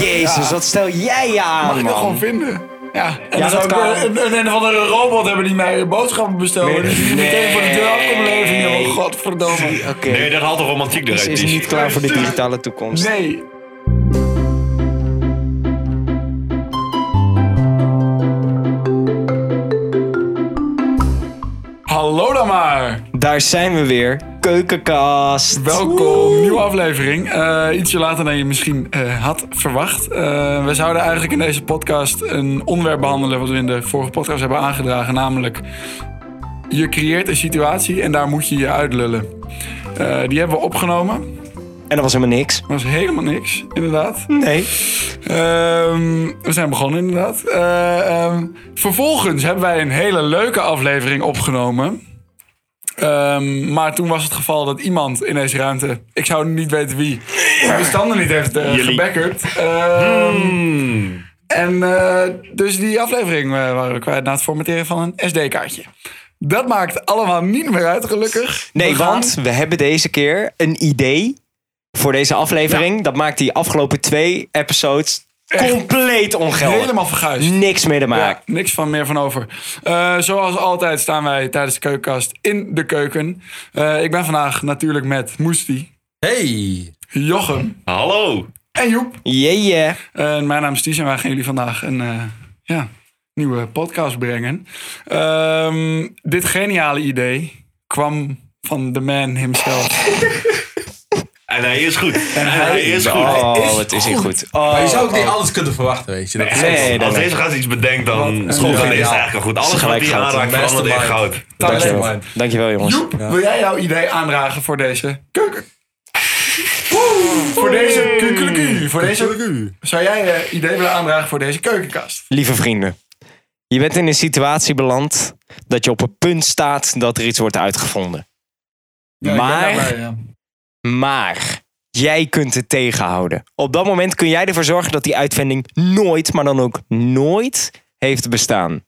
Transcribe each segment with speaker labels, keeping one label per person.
Speaker 1: Jezus, wat stel jij je aan,
Speaker 2: Mag ik dat
Speaker 1: man.
Speaker 2: gewoon vinden? Ja, en
Speaker 1: Ja,
Speaker 2: dan
Speaker 1: dat
Speaker 2: zou ik
Speaker 1: kan.
Speaker 2: wel een, een, een of andere robot hebben die mij boodschappen bestelt.
Speaker 1: Nee.
Speaker 2: en die die meteen voor de deur af komt leven.
Speaker 1: Nee.
Speaker 2: joh. godverdomme.
Speaker 1: Oké,
Speaker 3: Nee, dat haalt toch romantiek
Speaker 1: ze
Speaker 3: eruit.
Speaker 1: is
Speaker 3: Ties?
Speaker 1: niet klaar voor de digitale toekomst.
Speaker 2: Nee. Hallo dan maar.
Speaker 1: Daar zijn we weer. Keukenkast.
Speaker 2: Welkom, nieuwe aflevering. Eh, ietsje later dan je misschien eh, had verwacht. Eh, we zouden eigenlijk in deze podcast een onderwerp behandelen wat we in de vorige podcast hebben aangedragen, namelijk je creëert een situatie en daar moet je je uitlullen. Eh, die hebben we opgenomen.
Speaker 1: En dat was helemaal niks.
Speaker 2: Dat was helemaal niks, inderdaad.
Speaker 1: Nee.
Speaker 2: Ehm, we zijn begonnen, inderdaad. Eh, ehm, vervolgens hebben wij een hele leuke aflevering opgenomen. Ehm, maar toen was het geval dat iemand in deze ruimte, ik zou niet weten wie, de bestanden niet heeft eh,
Speaker 3: Jullie.
Speaker 2: gebackerd. Ehm, En eh, dus die aflevering eh, waren we kwijt na het formateren van een SD-kaartje. Dat maakt allemaal niet meer uit, gelukkig.
Speaker 1: Nee,
Speaker 2: We gaan-
Speaker 1: want we hebben deze keer een idee voor deze aflevering. Dat maakt die afgelopen twee episodes compleet ongeldig.
Speaker 2: Helemaal verguisd.
Speaker 1: Niks mee te maken.
Speaker 2: Ja, niks van meer van over. Eh, zoals altijd staan wij tijdens de keukenkast in de keuken. Eh, ik ben vandaag natuurlijk met Moesti,
Speaker 4: Hey!
Speaker 2: Jochem
Speaker 3: Hallo.
Speaker 2: en Joep.
Speaker 1: Yeah, yeah.
Speaker 2: En mijn naam is Ties en wij gaan jullie vandaag een eh, ja, nieuwe podcast brengen. Ehm, dit geniale idee kwam van de man himself.
Speaker 3: En hij is goed. En hij is goed.
Speaker 1: Oh, het is hier goed. Oh,
Speaker 4: je zou ook niet alles kunnen verwachten, weet je. Dat is
Speaker 1: nee, nee,
Speaker 3: Als
Speaker 1: nee.
Speaker 3: deze gast iets bedenkt, dan,
Speaker 2: Wat-
Speaker 3: school, dan
Speaker 4: Ja.
Speaker 3: is het eigenlijk al goed.
Speaker 1: Ze
Speaker 3: Alles wat
Speaker 1: gelijk
Speaker 3: hij
Speaker 1: goud.
Speaker 3: aanraakt, verandert in
Speaker 4: Mastermind.
Speaker 3: goud.
Speaker 1: Dankjewel.
Speaker 4: Mastermind.
Speaker 1: Dankjewel, jongens.
Speaker 2: Joep, wil jij jouw idee aandragen voor deze keuken? Voor deze kukkeleku. Voor deze... Zou jij je idee willen aandragen voor deze keukenkast?
Speaker 1: Lieve vrienden. Je bent in een situatie beland dat je op het punt staat dat er iets wordt uitgevonden.
Speaker 2: Ja, ik ben
Speaker 1: maar...
Speaker 2: daarbij, ja.
Speaker 1: Maar jij kunt het tegenhouden. Op dat moment kun jij ervoor zorgen dat die uitvinding nooit, maar dan ook nooit, heeft bestaan.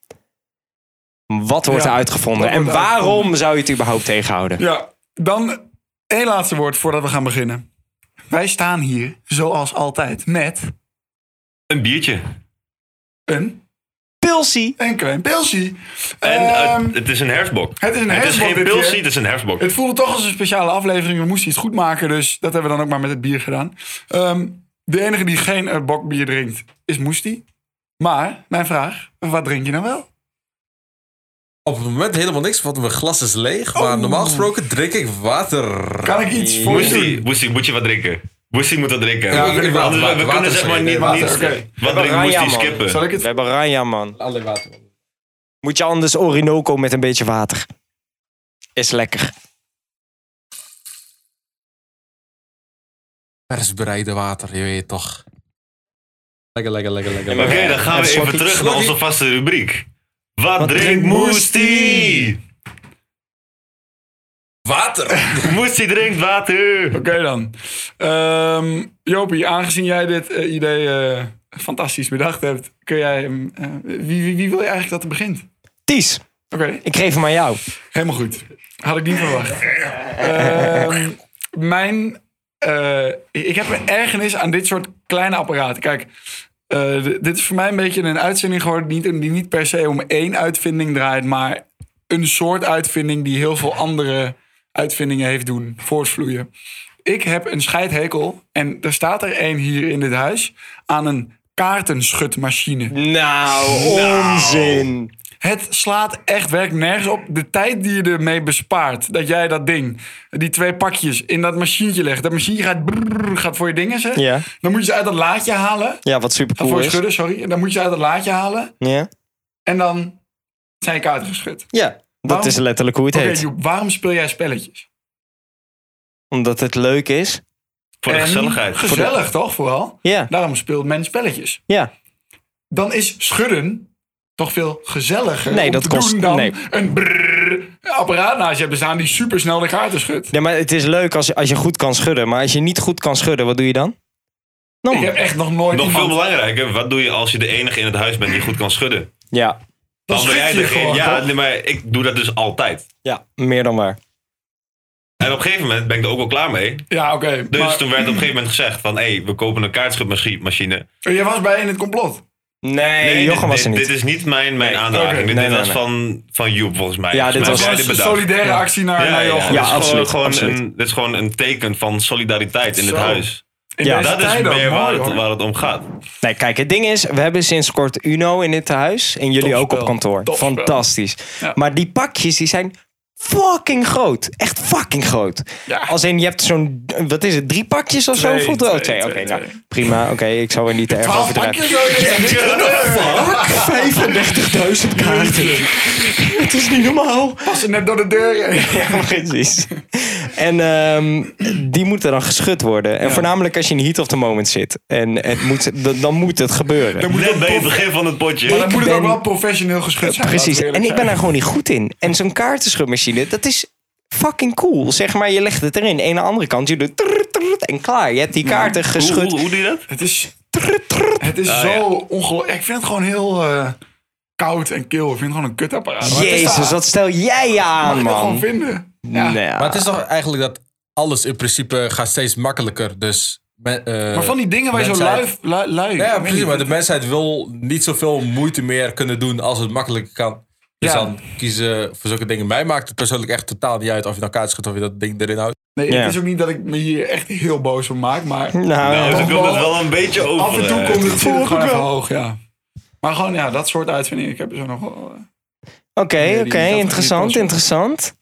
Speaker 1: Wat wordt
Speaker 2: Ja,
Speaker 1: er uitgevonden
Speaker 2: wat
Speaker 1: en
Speaker 2: wordt er
Speaker 1: waarom
Speaker 2: uitgevonden?
Speaker 1: zou je het überhaupt tegenhouden?
Speaker 2: Ja, dan één laatste woord voordat we gaan beginnen. Wij staan hier, zoals altijd, met
Speaker 3: Een biertje.
Speaker 2: een
Speaker 1: Pulsie.
Speaker 2: enkele een pilsie.
Speaker 3: En eh,
Speaker 2: Ehm,
Speaker 3: het is een herfstbok.
Speaker 2: het is een
Speaker 3: Het is
Speaker 2: herfstbok
Speaker 3: geen
Speaker 2: dit keer.
Speaker 3: pilsie, het is een herfstbok.
Speaker 2: het voelde toch als een speciale aflevering. We moesten iets goed maken, dus dat hebben we dan ook maar met het bier gedaan. Ehm, de enige die geen eh, bokbier drinkt, is Moesti. Maar, mijn vraag, wat drink je nou wel?
Speaker 4: Op het moment helemaal niks, want mijn glas is leeg. Maar normaal gesproken drink ik water.
Speaker 2: Oh. Kan ik iets voor je
Speaker 3: Boesie,
Speaker 2: doen?
Speaker 3: Boesie, moet je wat drinken. Boesie moet wat drinken.
Speaker 4: Ja,
Speaker 3: Anders-
Speaker 4: ik wil
Speaker 3: anders-
Speaker 4: water,
Speaker 3: we
Speaker 4: water
Speaker 3: kunnen
Speaker 4: is
Speaker 3: zeg maar
Speaker 4: geen
Speaker 3: niet,
Speaker 4: idee.
Speaker 3: niet
Speaker 2: Water, oké.
Speaker 3: wat
Speaker 1: Oranje,
Speaker 3: drinken Boesie
Speaker 1: man.
Speaker 3: skippen.
Speaker 2: Zal ik het...
Speaker 1: We hebben Ranja, man.
Speaker 4: Alleen water.
Speaker 1: Moet je anders Orinoco met een beetje water? Is lekker.
Speaker 4: Vers bereide water, je weet toch. Lekker, lekker, lekker, lekker.
Speaker 3: Oké, dan gaan we
Speaker 1: En
Speaker 3: even
Speaker 1: slokkie,
Speaker 3: terug naar
Speaker 4: slokkie.
Speaker 3: onze vaste rubriek. Wat drinkt
Speaker 2: drinkt
Speaker 3: Moestie?
Speaker 4: Water!
Speaker 3: Moestie drinkt water.
Speaker 2: Oké dan. Ehm, Jopie, aangezien jij dit eh, idee eh, fantastisch bedacht hebt, kun jij hem. eh, wie, wie, wie wil je eigenlijk dat het begint?
Speaker 1: Ties,
Speaker 2: Oké,
Speaker 1: ik geef hem aan jou.
Speaker 2: helemaal goed. Had ik niet verwacht. Ehm, mijn. eh, ik heb een ergernis aan dit soort kleine apparaten. Kijk, eh, d- dit is voor mij een beetje een uitzending geworden die niet, die niet per se om één uitvinding draait, maar een soort uitvinding die heel veel andere uitvindingen heeft doen voortvloeien. Ik heb een scheidhekel, en er staat er één hier in dit huis, aan een kaartenschutmachine.
Speaker 1: Nou, onzin.
Speaker 2: Het slaat echt werk nergens op. De tijd die je ermee bespaart. Dat jij dat ding, die twee pakjes in dat machientje legt. Dat machientje gaat, brrrr, gaat voor je dingen zetten.
Speaker 1: Ja.
Speaker 2: Dan moet je ze uit dat laadje halen.
Speaker 1: Ja, wat super
Speaker 2: Voor
Speaker 1: cool
Speaker 2: je
Speaker 1: is.
Speaker 2: schudden, sorry. En dan moet je ze uit dat laadje halen.
Speaker 1: Ja,
Speaker 2: En dan zijn je kaarten geschud.
Speaker 1: ja dat
Speaker 2: Waarom-
Speaker 1: is letterlijk hoe het
Speaker 2: Oké,
Speaker 1: heet.
Speaker 2: Joep, waarom speel jij spelletjes?
Speaker 1: Omdat het leuk is.
Speaker 3: Voor de
Speaker 2: En
Speaker 3: gezelligheid.
Speaker 2: Gezellig toch vooral?
Speaker 1: Ja,
Speaker 2: Daarom speelt men spelletjes.
Speaker 1: ja.
Speaker 2: Dan is schudden toch veel gezelliger
Speaker 1: Nee,
Speaker 2: om
Speaker 1: dat
Speaker 2: te
Speaker 1: kost-
Speaker 2: doen dan
Speaker 1: nee.
Speaker 2: een brrrr apparaat naast je hebt staan die supersnel de kaarten schudt.
Speaker 1: Nee, maar het is leuk als, als je goed kan schudden. Maar als je niet goed kan schudden, wat doe je dan?
Speaker 2: Ik heb
Speaker 1: Nam.
Speaker 2: echt nog nooit
Speaker 3: Nog veel
Speaker 2: iemand-
Speaker 3: belangrijker, wat doe je als je de enige in het huis bent die goed kan schudden?
Speaker 1: Ja,
Speaker 2: Dan
Speaker 3: ben
Speaker 2: schud je
Speaker 3: degene-
Speaker 2: gewoon,
Speaker 3: Ja,
Speaker 2: toch?
Speaker 3: nee, maar ik doe dat dus altijd.
Speaker 1: ja, meer dan waar.
Speaker 3: En op een gegeven moment ben ik er ook wel klaar mee.
Speaker 2: Ja, oké.
Speaker 3: Dus
Speaker 2: maar-
Speaker 3: toen werd op een gegeven moment gezegd van... hé, hey, we kopen een kaartschipmachine.
Speaker 2: Jij was bij in het complot.
Speaker 1: Nee, Jochem
Speaker 3: dit,
Speaker 1: was er
Speaker 3: dit-
Speaker 1: niet.
Speaker 3: Dit is niet mijn, mijn aandraging.
Speaker 2: oké.
Speaker 3: dit
Speaker 1: Nee,
Speaker 3: dit
Speaker 1: nee,
Speaker 3: was
Speaker 1: nee.
Speaker 3: Van, van Joep, volgens mij.
Speaker 1: Ja, dit
Speaker 3: Volgens mij
Speaker 1: was-
Speaker 3: heb
Speaker 2: Een
Speaker 3: jij dit bedacht.
Speaker 2: solidaire actie naar,
Speaker 3: Ja,
Speaker 2: naar
Speaker 3: ja,
Speaker 1: Ja,
Speaker 2: Johan.
Speaker 3: dit is gewoon-
Speaker 1: absoluut,
Speaker 3: Gewoon
Speaker 1: absoluut.
Speaker 3: Een, dit is gewoon een teken van solidariteit in
Speaker 2: Zo.
Speaker 3: het huis.
Speaker 2: In
Speaker 1: Ja,
Speaker 2: deze
Speaker 3: Dat is
Speaker 2: tijden,
Speaker 3: meer
Speaker 2: mooi,
Speaker 3: waar het,
Speaker 2: hoor.
Speaker 3: waar het om gaat.
Speaker 1: Nee, kijk, het ding is, we hebben sinds kort Uno in dit huis. En jullie ook
Speaker 2: Topspel.
Speaker 1: op kantoor.
Speaker 2: Topspel.
Speaker 1: Fantastisch.
Speaker 2: Ja.
Speaker 1: Maar die pakjes, die zijn fucking groot. Echt fucking groot.
Speaker 2: Ja.
Speaker 1: Als in, je hebt zo'n, wat is het, drie pakjes of
Speaker 2: Twee,
Speaker 1: zo? Voelt wel
Speaker 2: twee,
Speaker 1: twee. Oké,
Speaker 2: twee,
Speaker 1: nou,
Speaker 2: twee.
Speaker 1: prima. Oké, ik zal er niet te erg
Speaker 2: Twaalf
Speaker 1: over
Speaker 2: pakjes zo.
Speaker 1: 35.000 kaarten. het is niet normaal.
Speaker 2: Passen net door de deur heen.
Speaker 1: Ja, precies. En ehm, die moeten dan geschud worden. En voornamelijk als je in heat of the moment zit. En het moet, dan- dan moet het gebeuren.
Speaker 3: Net bij het begin van het
Speaker 2: Maar
Speaker 3: potje.
Speaker 2: dan moet het
Speaker 1: ben-
Speaker 2: ook wel professioneel geschud zijn.
Speaker 1: Precies.
Speaker 2: laten we
Speaker 1: En
Speaker 2: eerlijk
Speaker 1: ik ben
Speaker 2: zijn.
Speaker 1: daar gewoon niet goed in. En zo'n kaartenschubmachine, dat is fucking cool. Zeg maar, je legt het erin. En aan de andere kant, je doet trrrt, trrrt en klaar. Je hebt die kaarten
Speaker 3: Hoe,
Speaker 1: geschud.
Speaker 3: hoe, hoe doe je dat?
Speaker 2: Het is, het is
Speaker 3: Ah,
Speaker 2: zo
Speaker 3: ja.
Speaker 2: ongelooflijk. Ik vind het gewoon heel eh, koud en kil. Ik vind het gewoon een kutapparaat. Maar het is
Speaker 1: Jezus,
Speaker 2: daar-
Speaker 1: wat stel jij
Speaker 2: mag
Speaker 1: aan,
Speaker 2: ik het gewoon
Speaker 1: man.
Speaker 2: vinden. Ja.
Speaker 1: Nou
Speaker 4: Maar
Speaker 1: ja.
Speaker 4: het is toch eigenlijk dat alles in principe gaat steeds makkelijker. Dus me- eh,
Speaker 2: Maar van die dingen waar je zo
Speaker 4: mensheid-
Speaker 2: lui... lui, lui
Speaker 4: Ja,
Speaker 2: ik weet
Speaker 4: precies.
Speaker 2: niet.
Speaker 4: Maar de mensheid wil niet zoveel moeite meer kunnen doen als het makkelijk kan. Dus
Speaker 2: Ja.
Speaker 4: dan kiezen voor zulke dingen. Mij maakt het persoonlijk echt totaal niet uit of je nou kaart schudt of je dat ding erin houdt.
Speaker 2: Nee,
Speaker 1: Ja.
Speaker 2: het is ook niet dat ik me hier echt heel boos om maak. Maar
Speaker 1: Nou,
Speaker 3: Nou,
Speaker 1: ja.
Speaker 3: dan komt het wel een beetje over.
Speaker 2: af en toe
Speaker 3: eh,
Speaker 2: komt het, zit
Speaker 1: voel
Speaker 2: het
Speaker 1: ik
Speaker 2: gewoon
Speaker 1: ook
Speaker 2: even
Speaker 1: wel.
Speaker 2: hoog, ja. Maar gewoon, ja, dat soort uitvindingen. Ik heb er zo nog wel... eh,
Speaker 1: Oké,
Speaker 2: die-
Speaker 1: oké.
Speaker 2: die- die-
Speaker 1: Interessant,
Speaker 2: die-
Speaker 1: interessant.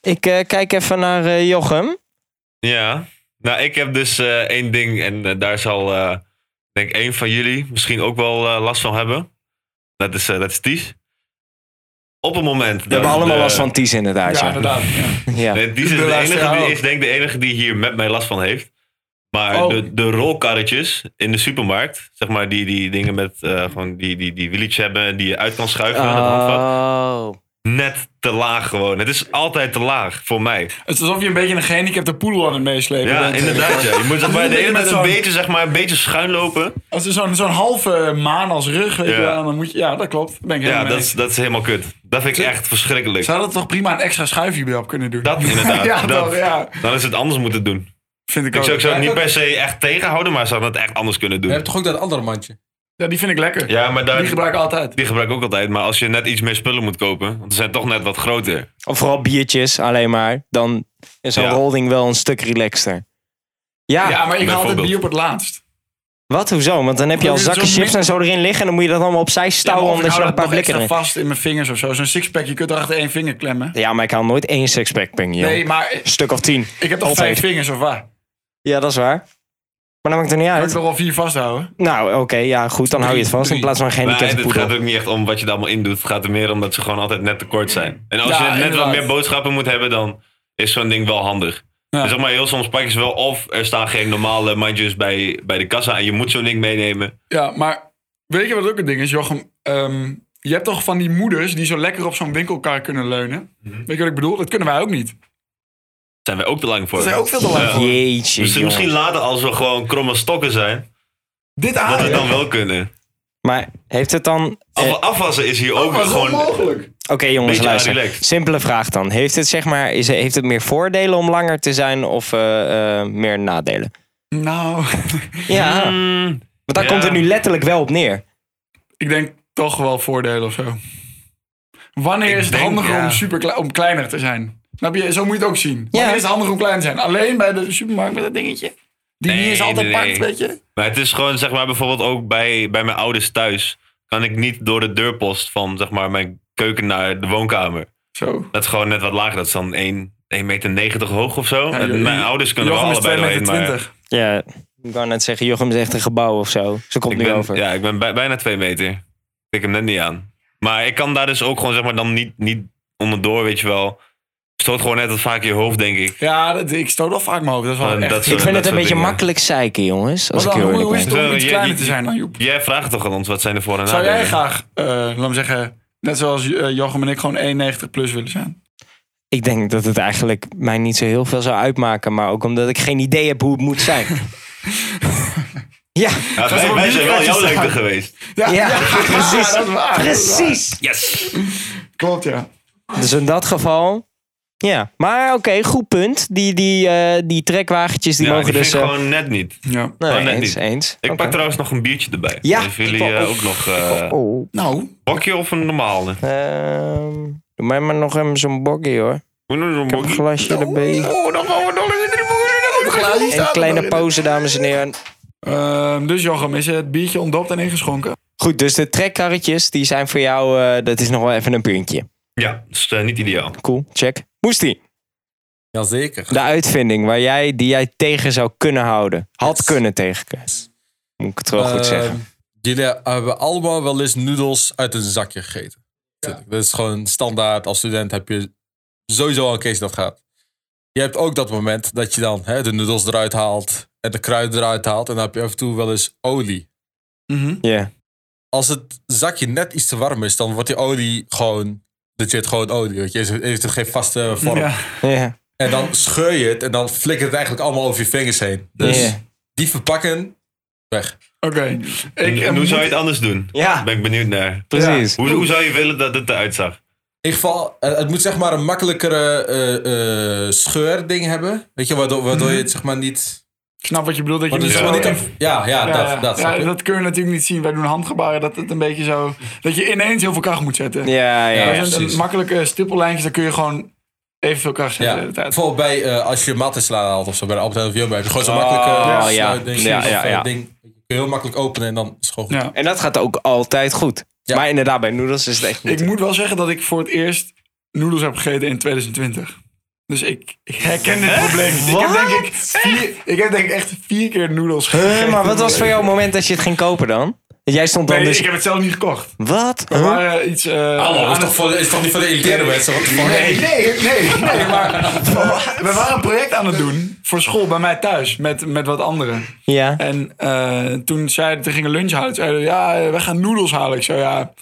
Speaker 1: Ik eh, kijk even naar eh, Jochem.
Speaker 3: Ja. Nou, ik heb dus eh, één ding en eh, daar zal, eh, denk ik, één van jullie misschien ook wel eh, last van hebben. Dat is, eh, dat is Ties. Op het moment.
Speaker 1: We hebben allemaal last van Ties in het huis.
Speaker 2: ja,
Speaker 1: hè?
Speaker 2: inderdaad. ja.
Speaker 1: Ja.
Speaker 3: Nee, Ties
Speaker 2: De
Speaker 3: is, de enige,
Speaker 2: luisteraar
Speaker 3: die,
Speaker 2: ook.
Speaker 3: is denk ik de enige die hier met mij last van heeft. Maar
Speaker 2: Oh.
Speaker 3: de, de rolkarretjes in de supermarkt, zeg maar, die, die dingen met eh, gewoon die, die, die wieltjes hebben die je uit kan schuiven. aan het handvat.
Speaker 1: Oh.
Speaker 3: Net te laag gewoon. Het is altijd te laag voor mij.
Speaker 2: Het is alsof je een beetje een gehandicapte poedel aan het meeslepen
Speaker 3: Ja,
Speaker 2: bent. eh.
Speaker 3: inderdaad. Ja. Je moet zeg maar, de hele
Speaker 2: Met
Speaker 3: tijd een
Speaker 2: zo'n-
Speaker 3: beetje, zeg maar, een beetje schuin lopen.
Speaker 2: Als er zo'n zo'n halve maan als rug, weet je
Speaker 3: Ja.
Speaker 2: wel, dan moet je... Ja, dat klopt. Daar Ben ik
Speaker 3: Ja,
Speaker 2: helemaal
Speaker 3: dat
Speaker 2: mee
Speaker 3: is,
Speaker 2: eens.
Speaker 3: dat is helemaal kut. Dat vind ik echt verschrikkelijk.
Speaker 2: Ze hadden toch prima een extra schuifje bij op kunnen doen?
Speaker 3: Dat inderdaad.
Speaker 2: ja,
Speaker 3: dat.
Speaker 2: toch, ja.
Speaker 3: Dan is het anders moeten doen.
Speaker 2: Vind ik,
Speaker 3: Ik
Speaker 2: ook.
Speaker 3: zou, ik zou het
Speaker 4: Ja,
Speaker 3: niet per se echt tegenhouden, maar ze hadden het echt anders kunnen
Speaker 4: Je
Speaker 3: doen.
Speaker 4: hebt toch ook dat andere mandje?
Speaker 2: Ja, die vind ik lekker.
Speaker 3: Ja, maar daar,
Speaker 2: Die gebruik ik altijd.
Speaker 3: die gebruik ik ook altijd. Maar als je net iets meer spullen moet kopen, want ze zijn toch net wat groter.
Speaker 1: Of vooral biertjes alleen maar. Dan is zo'n
Speaker 3: Ja.
Speaker 1: holding wel een stuk relaxter. Ja,
Speaker 2: Ja, maar ik haal altijd
Speaker 3: bijvoorbeeld.
Speaker 2: bier op het laatst.
Speaker 1: wat? Hoezo? Want dan heb je al
Speaker 2: Omdat het
Speaker 1: zakken
Speaker 2: zo
Speaker 1: chips
Speaker 2: min-
Speaker 1: en zo erin liggen. En dan moet je dat allemaal opzij
Speaker 2: Ja,
Speaker 1: stouwen.
Speaker 2: maar of ik
Speaker 1: omdat je
Speaker 2: hou
Speaker 1: nog een
Speaker 2: dat
Speaker 1: paar
Speaker 2: nog
Speaker 1: blikken
Speaker 2: extra
Speaker 1: erin...
Speaker 2: vast in mijn vingers of zo. Zo'n sixpack, je kunt er achter één vinger klemmen.
Speaker 1: Ja, maar ik haal nooit één sixpack ping, joh.
Speaker 2: Nee, maar
Speaker 1: Een stuk of tien.
Speaker 2: ik heb toch
Speaker 1: Altijd.
Speaker 2: vijf vingers of waar?
Speaker 1: Ja, dat is waar. Maar dan maakt het er niet
Speaker 2: Kan ik
Speaker 1: uit.
Speaker 2: er al vier vasthouden?
Speaker 1: Nou, oké, ja, goed. Dan hou je het vast in
Speaker 4: Drie.
Speaker 1: plaats van een
Speaker 3: Maar
Speaker 1: gehandicapte
Speaker 3: het gaat
Speaker 1: poedel.
Speaker 3: ook niet echt om wat je er allemaal in doet. Het gaat er meer om dat ze gewoon altijd net te kort zijn. En als
Speaker 2: Ja,
Speaker 3: je net
Speaker 2: inderdaad.
Speaker 3: wat meer boodschappen moet hebben, dan is zo'n ding wel handig.
Speaker 2: Ja.
Speaker 3: Dus zeg maar, heel soms pak je ze wel of er staan geen normale mandjes bij, bij de kassa en je moet zo'n ding meenemen.
Speaker 2: Ja, maar weet je wat ook een ding is, Jochem? Ehm, je hebt toch van die moeders die zo lekker op zo'n winkelkar kunnen leunen?
Speaker 3: Mhm.
Speaker 2: Weet je wat ik bedoel? Dat kunnen wij ook niet.
Speaker 3: Daar zijn wij ook te lang voor.
Speaker 2: Dat zijn ook veel te lang
Speaker 3: Ja.
Speaker 2: voor.
Speaker 1: Oh, Jeetje,
Speaker 3: Dus
Speaker 1: jongen.
Speaker 3: misschien later als we gewoon kromme stokken zijn,
Speaker 2: Dit
Speaker 3: dat
Speaker 2: aan.
Speaker 3: het dan wel kunnen.
Speaker 1: Maar heeft het dan... eh,
Speaker 3: Af- afwassen Oh, is hier ook
Speaker 2: Dat is
Speaker 3: gewoon...
Speaker 2: onmogelijk.
Speaker 1: Oké, jongens,
Speaker 3: Beetje
Speaker 1: luister.
Speaker 3: relaxed.
Speaker 1: Simpele vraag dan. Heeft het, zeg maar, is, heeft het meer voordelen om langer te zijn of eh, eh, meer nadelen?
Speaker 2: Nou,
Speaker 1: Ja, want
Speaker 3: Mm,
Speaker 1: daar
Speaker 3: ja.
Speaker 1: komt het nu letterlijk wel op neer.
Speaker 2: ik denk toch wel voordelen of zo. Wanneer is het
Speaker 3: denk,
Speaker 2: handiger
Speaker 3: ja.
Speaker 2: om, super om kleiner te zijn? Snap je? Zo moet je het ook zien. Wanneer
Speaker 1: Ja.
Speaker 2: is het handig om klein te zijn? Alleen bij de supermarkt met dat dingetje. Die niet
Speaker 3: Nee,
Speaker 2: eens altijd
Speaker 3: nee,
Speaker 2: pakt,
Speaker 3: nee.
Speaker 2: weet je?
Speaker 3: Maar het is gewoon, zeg maar, bijvoorbeeld ook bij, bij mijn ouders thuis. Kan ik niet door de deurpost van, zeg maar, mijn keuken naar de woonkamer.
Speaker 2: Zo.
Speaker 3: Dat is gewoon net wat lager. Dat is dan 1, 1,90 meter hoog of zo.
Speaker 2: Ja,
Speaker 3: En
Speaker 2: Jochem-
Speaker 3: mijn ouders kunnen
Speaker 2: Jochem
Speaker 3: wel
Speaker 2: is
Speaker 3: allebei doorheen.
Speaker 2: 2,20
Speaker 3: Maar
Speaker 2: meter.
Speaker 1: Ja, ik wou net zeggen, Jochem is echt een gebouw of zo. Ze komt
Speaker 3: ik
Speaker 1: nu
Speaker 3: ben,
Speaker 1: over.
Speaker 3: Ja, ik ben bij- bijna 2 meter. Ik tik hem net niet aan. Maar ik kan daar dus ook gewoon, zeg maar, dan niet, niet onderdoor, weet je wel. Stoot gewoon net wat vaak je hoofd, denk ik.
Speaker 2: Ja, dat, ik stoot al vaak mijn hoofd. Dat is wel
Speaker 3: En
Speaker 2: echt.
Speaker 3: dat
Speaker 1: ik
Speaker 3: soort-
Speaker 1: vind het een
Speaker 3: soort
Speaker 1: beetje
Speaker 3: dingen.
Speaker 1: makkelijk zeiken, jongens. Als
Speaker 2: Maar
Speaker 1: ik
Speaker 2: dan,
Speaker 1: heel
Speaker 2: hoe,
Speaker 1: eerlijk
Speaker 2: hoe is
Speaker 1: ben.
Speaker 2: het om
Speaker 3: Zo,
Speaker 2: iets
Speaker 3: je-
Speaker 2: kleiner
Speaker 3: je-
Speaker 2: te zijn dan Joep?
Speaker 3: Jij vraagt toch aan ons, wat zijn er voor en
Speaker 2: Zou
Speaker 3: nadelen?
Speaker 2: jij graag, eh laat me zeggen, net zoals eh, Jochem en ik gewoon 1,90 plus willen zijn?
Speaker 1: Ik denk dat het eigenlijk mij niet zo heel veel zou uitmaken. Maar ook omdat ik geen idee heb hoe het moet zijn. ja,
Speaker 3: Ja,
Speaker 2: is wel
Speaker 3: wij, wij zijn wel
Speaker 2: muziekkaartjes
Speaker 3: jouw lengte
Speaker 2: staan.
Speaker 3: geweest.
Speaker 2: Ja,
Speaker 1: ja, precies.
Speaker 2: dat is waar.
Speaker 1: precies.
Speaker 3: Yes!
Speaker 2: Klopt, ja.
Speaker 1: Dus in dat geval Ja, maar oké, goed punt. Die, die, eh, die trekwagentjes die
Speaker 3: ja,
Speaker 1: mogen
Speaker 3: die
Speaker 1: dus...
Speaker 3: vind ik
Speaker 1: eh,
Speaker 3: gewoon net niet.
Speaker 2: Ja.
Speaker 1: nee,
Speaker 3: gewoon net
Speaker 1: eens,
Speaker 3: niet.
Speaker 1: eens.
Speaker 3: Ik
Speaker 1: Oké.
Speaker 3: pak trouwens nog een biertje erbij.
Speaker 1: Ja,
Speaker 3: Geven
Speaker 1: ik
Speaker 3: jullie
Speaker 1: wou-
Speaker 3: eh,
Speaker 1: oh.
Speaker 3: ook nog eh
Speaker 1: Oh,
Speaker 2: Nou,
Speaker 3: bokje of een normale?
Speaker 1: ehm, doe mij maar nog even zo'n bokkie hoor.
Speaker 3: Hoe noem je zo'n
Speaker 1: Ik heb een
Speaker 3: bokje?
Speaker 1: glasje erbij.
Speaker 3: Oh, dan gaan we nog even drie bokjes.
Speaker 1: Een kleine pauze, dames en heren.
Speaker 2: ehm, dus Jochem, is het biertje ontdopt en ingeschonken?
Speaker 1: Goed, dus de trekkarretjes, die zijn voor jou... eh, dat is nog wel even een puntje.
Speaker 3: Ja, dat is eh, niet ideaal.
Speaker 1: Cool, check. Moestie,
Speaker 4: Jazeker.
Speaker 1: de uitvinding waar jij, die jij tegen zou kunnen houden. Had
Speaker 4: Yes.
Speaker 1: kunnen tegen kunnen. Moet ik het wel goed
Speaker 4: Ehm,
Speaker 1: zeggen.
Speaker 4: Jullie hebben allemaal wel eens noedels uit een zakje gegeten. Natuurlijk. Dat is gewoon standaard. Als student heb je sowieso al een case dat gaat. Je hebt ook dat moment dat je dan hè, de noedels eruit haalt en de kruiden eruit haalt. En dan heb je af en toe wel eens olie.
Speaker 1: Ja.
Speaker 4: Als het zakje net iets te warm is, dan wordt die olie gewoon. Dat je het gewoon olie. Weet je, heeft- heeft het geen vaste vorm.
Speaker 2: Ja.
Speaker 1: Ja.
Speaker 4: En dan scheur je het en dan flikkert het eigenlijk allemaal over je vingers heen. Dus
Speaker 1: Ja.
Speaker 4: die verpakken, weg.
Speaker 2: Oké.
Speaker 3: En,
Speaker 2: Ik, eh,
Speaker 3: en hoe
Speaker 2: moet-
Speaker 3: zou je het anders doen?
Speaker 1: Ja.
Speaker 3: Ben ik benieuwd naar.
Speaker 1: Precies.
Speaker 3: Hoe, hoe zou je willen dat het eruit zag?
Speaker 4: In ieder geval, eh, het moet zeg maar een makkelijkere eh, eh, scheurding hebben. Weet je, waardoor, waardoor je het zeg maar niet...
Speaker 2: Ik snap wat je bedoelt. Dat Mhm. je dus
Speaker 4: Want het is
Speaker 3: Ja,
Speaker 4: gewoon niet
Speaker 3: oké.
Speaker 4: een- ja, ja,
Speaker 2: Ja, ja.
Speaker 4: dat. dat
Speaker 2: Ja,
Speaker 4: snap ik.
Speaker 2: dat kun je natuurlijk niet zien. Wij doen handgebaren dat het een beetje zo... Dat je ineens heel veel kracht moet zetten.
Speaker 1: Ja, ja,
Speaker 4: Ja,
Speaker 2: Maar
Speaker 1: ja.
Speaker 2: als je een-
Speaker 4: precies.
Speaker 2: een makkelijke stippellijntjes, dan kun je gewoon evenveel kracht zetten
Speaker 4: Ja.
Speaker 2: de hele tijd.
Speaker 4: Bijvoorbeeld bij, eh, als je mattensla haalt of zo, bij de Albert Heijn of Jumbo, heb je gewoon zo'n
Speaker 1: Oh,
Speaker 4: makkelijke
Speaker 1: ja.
Speaker 4: sluitding.
Speaker 1: Ja,
Speaker 4: of,
Speaker 1: ja,
Speaker 4: eh,
Speaker 1: ja.
Speaker 4: ding. Je kunt heel makkelijk openen en dan is het gewoon goed.
Speaker 2: Ja.
Speaker 1: En dat gaat ook altijd goed.
Speaker 4: Ja.
Speaker 1: Maar inderdaad, bij noedels is het echt niet.
Speaker 2: Ik moet wel zeggen dat ik voor het eerst noedels heb gegeten in 2020. Dus ik ik herken dit probleem. niet. Ik heb denk ik, vier, ik heb denk ik echt vier keer noedels gegeten.
Speaker 1: Eh, maar wat was voor jou het moment dat je het ging kopen dan? Jij stond dan
Speaker 2: Nee,
Speaker 1: dus...
Speaker 2: ik heb het zelf niet gekocht.
Speaker 1: Wat?
Speaker 2: We
Speaker 1: Huh?
Speaker 2: waren iets... eh,
Speaker 4: Hallo,
Speaker 2: aan
Speaker 4: is
Speaker 2: het-
Speaker 4: toch, voor, is toch niet voor de elitaire mensen? Wat de fuck?
Speaker 2: Nee, nee, nee, nee, maar we, we waren een project aan het doen voor school bij mij thuis met, met wat anderen.
Speaker 1: Ja.
Speaker 2: En eh, toen zeiden, toen gingen lunch halen. Toen zeiden, ja, eh, we gaan noedels halen. Ik zo, ja.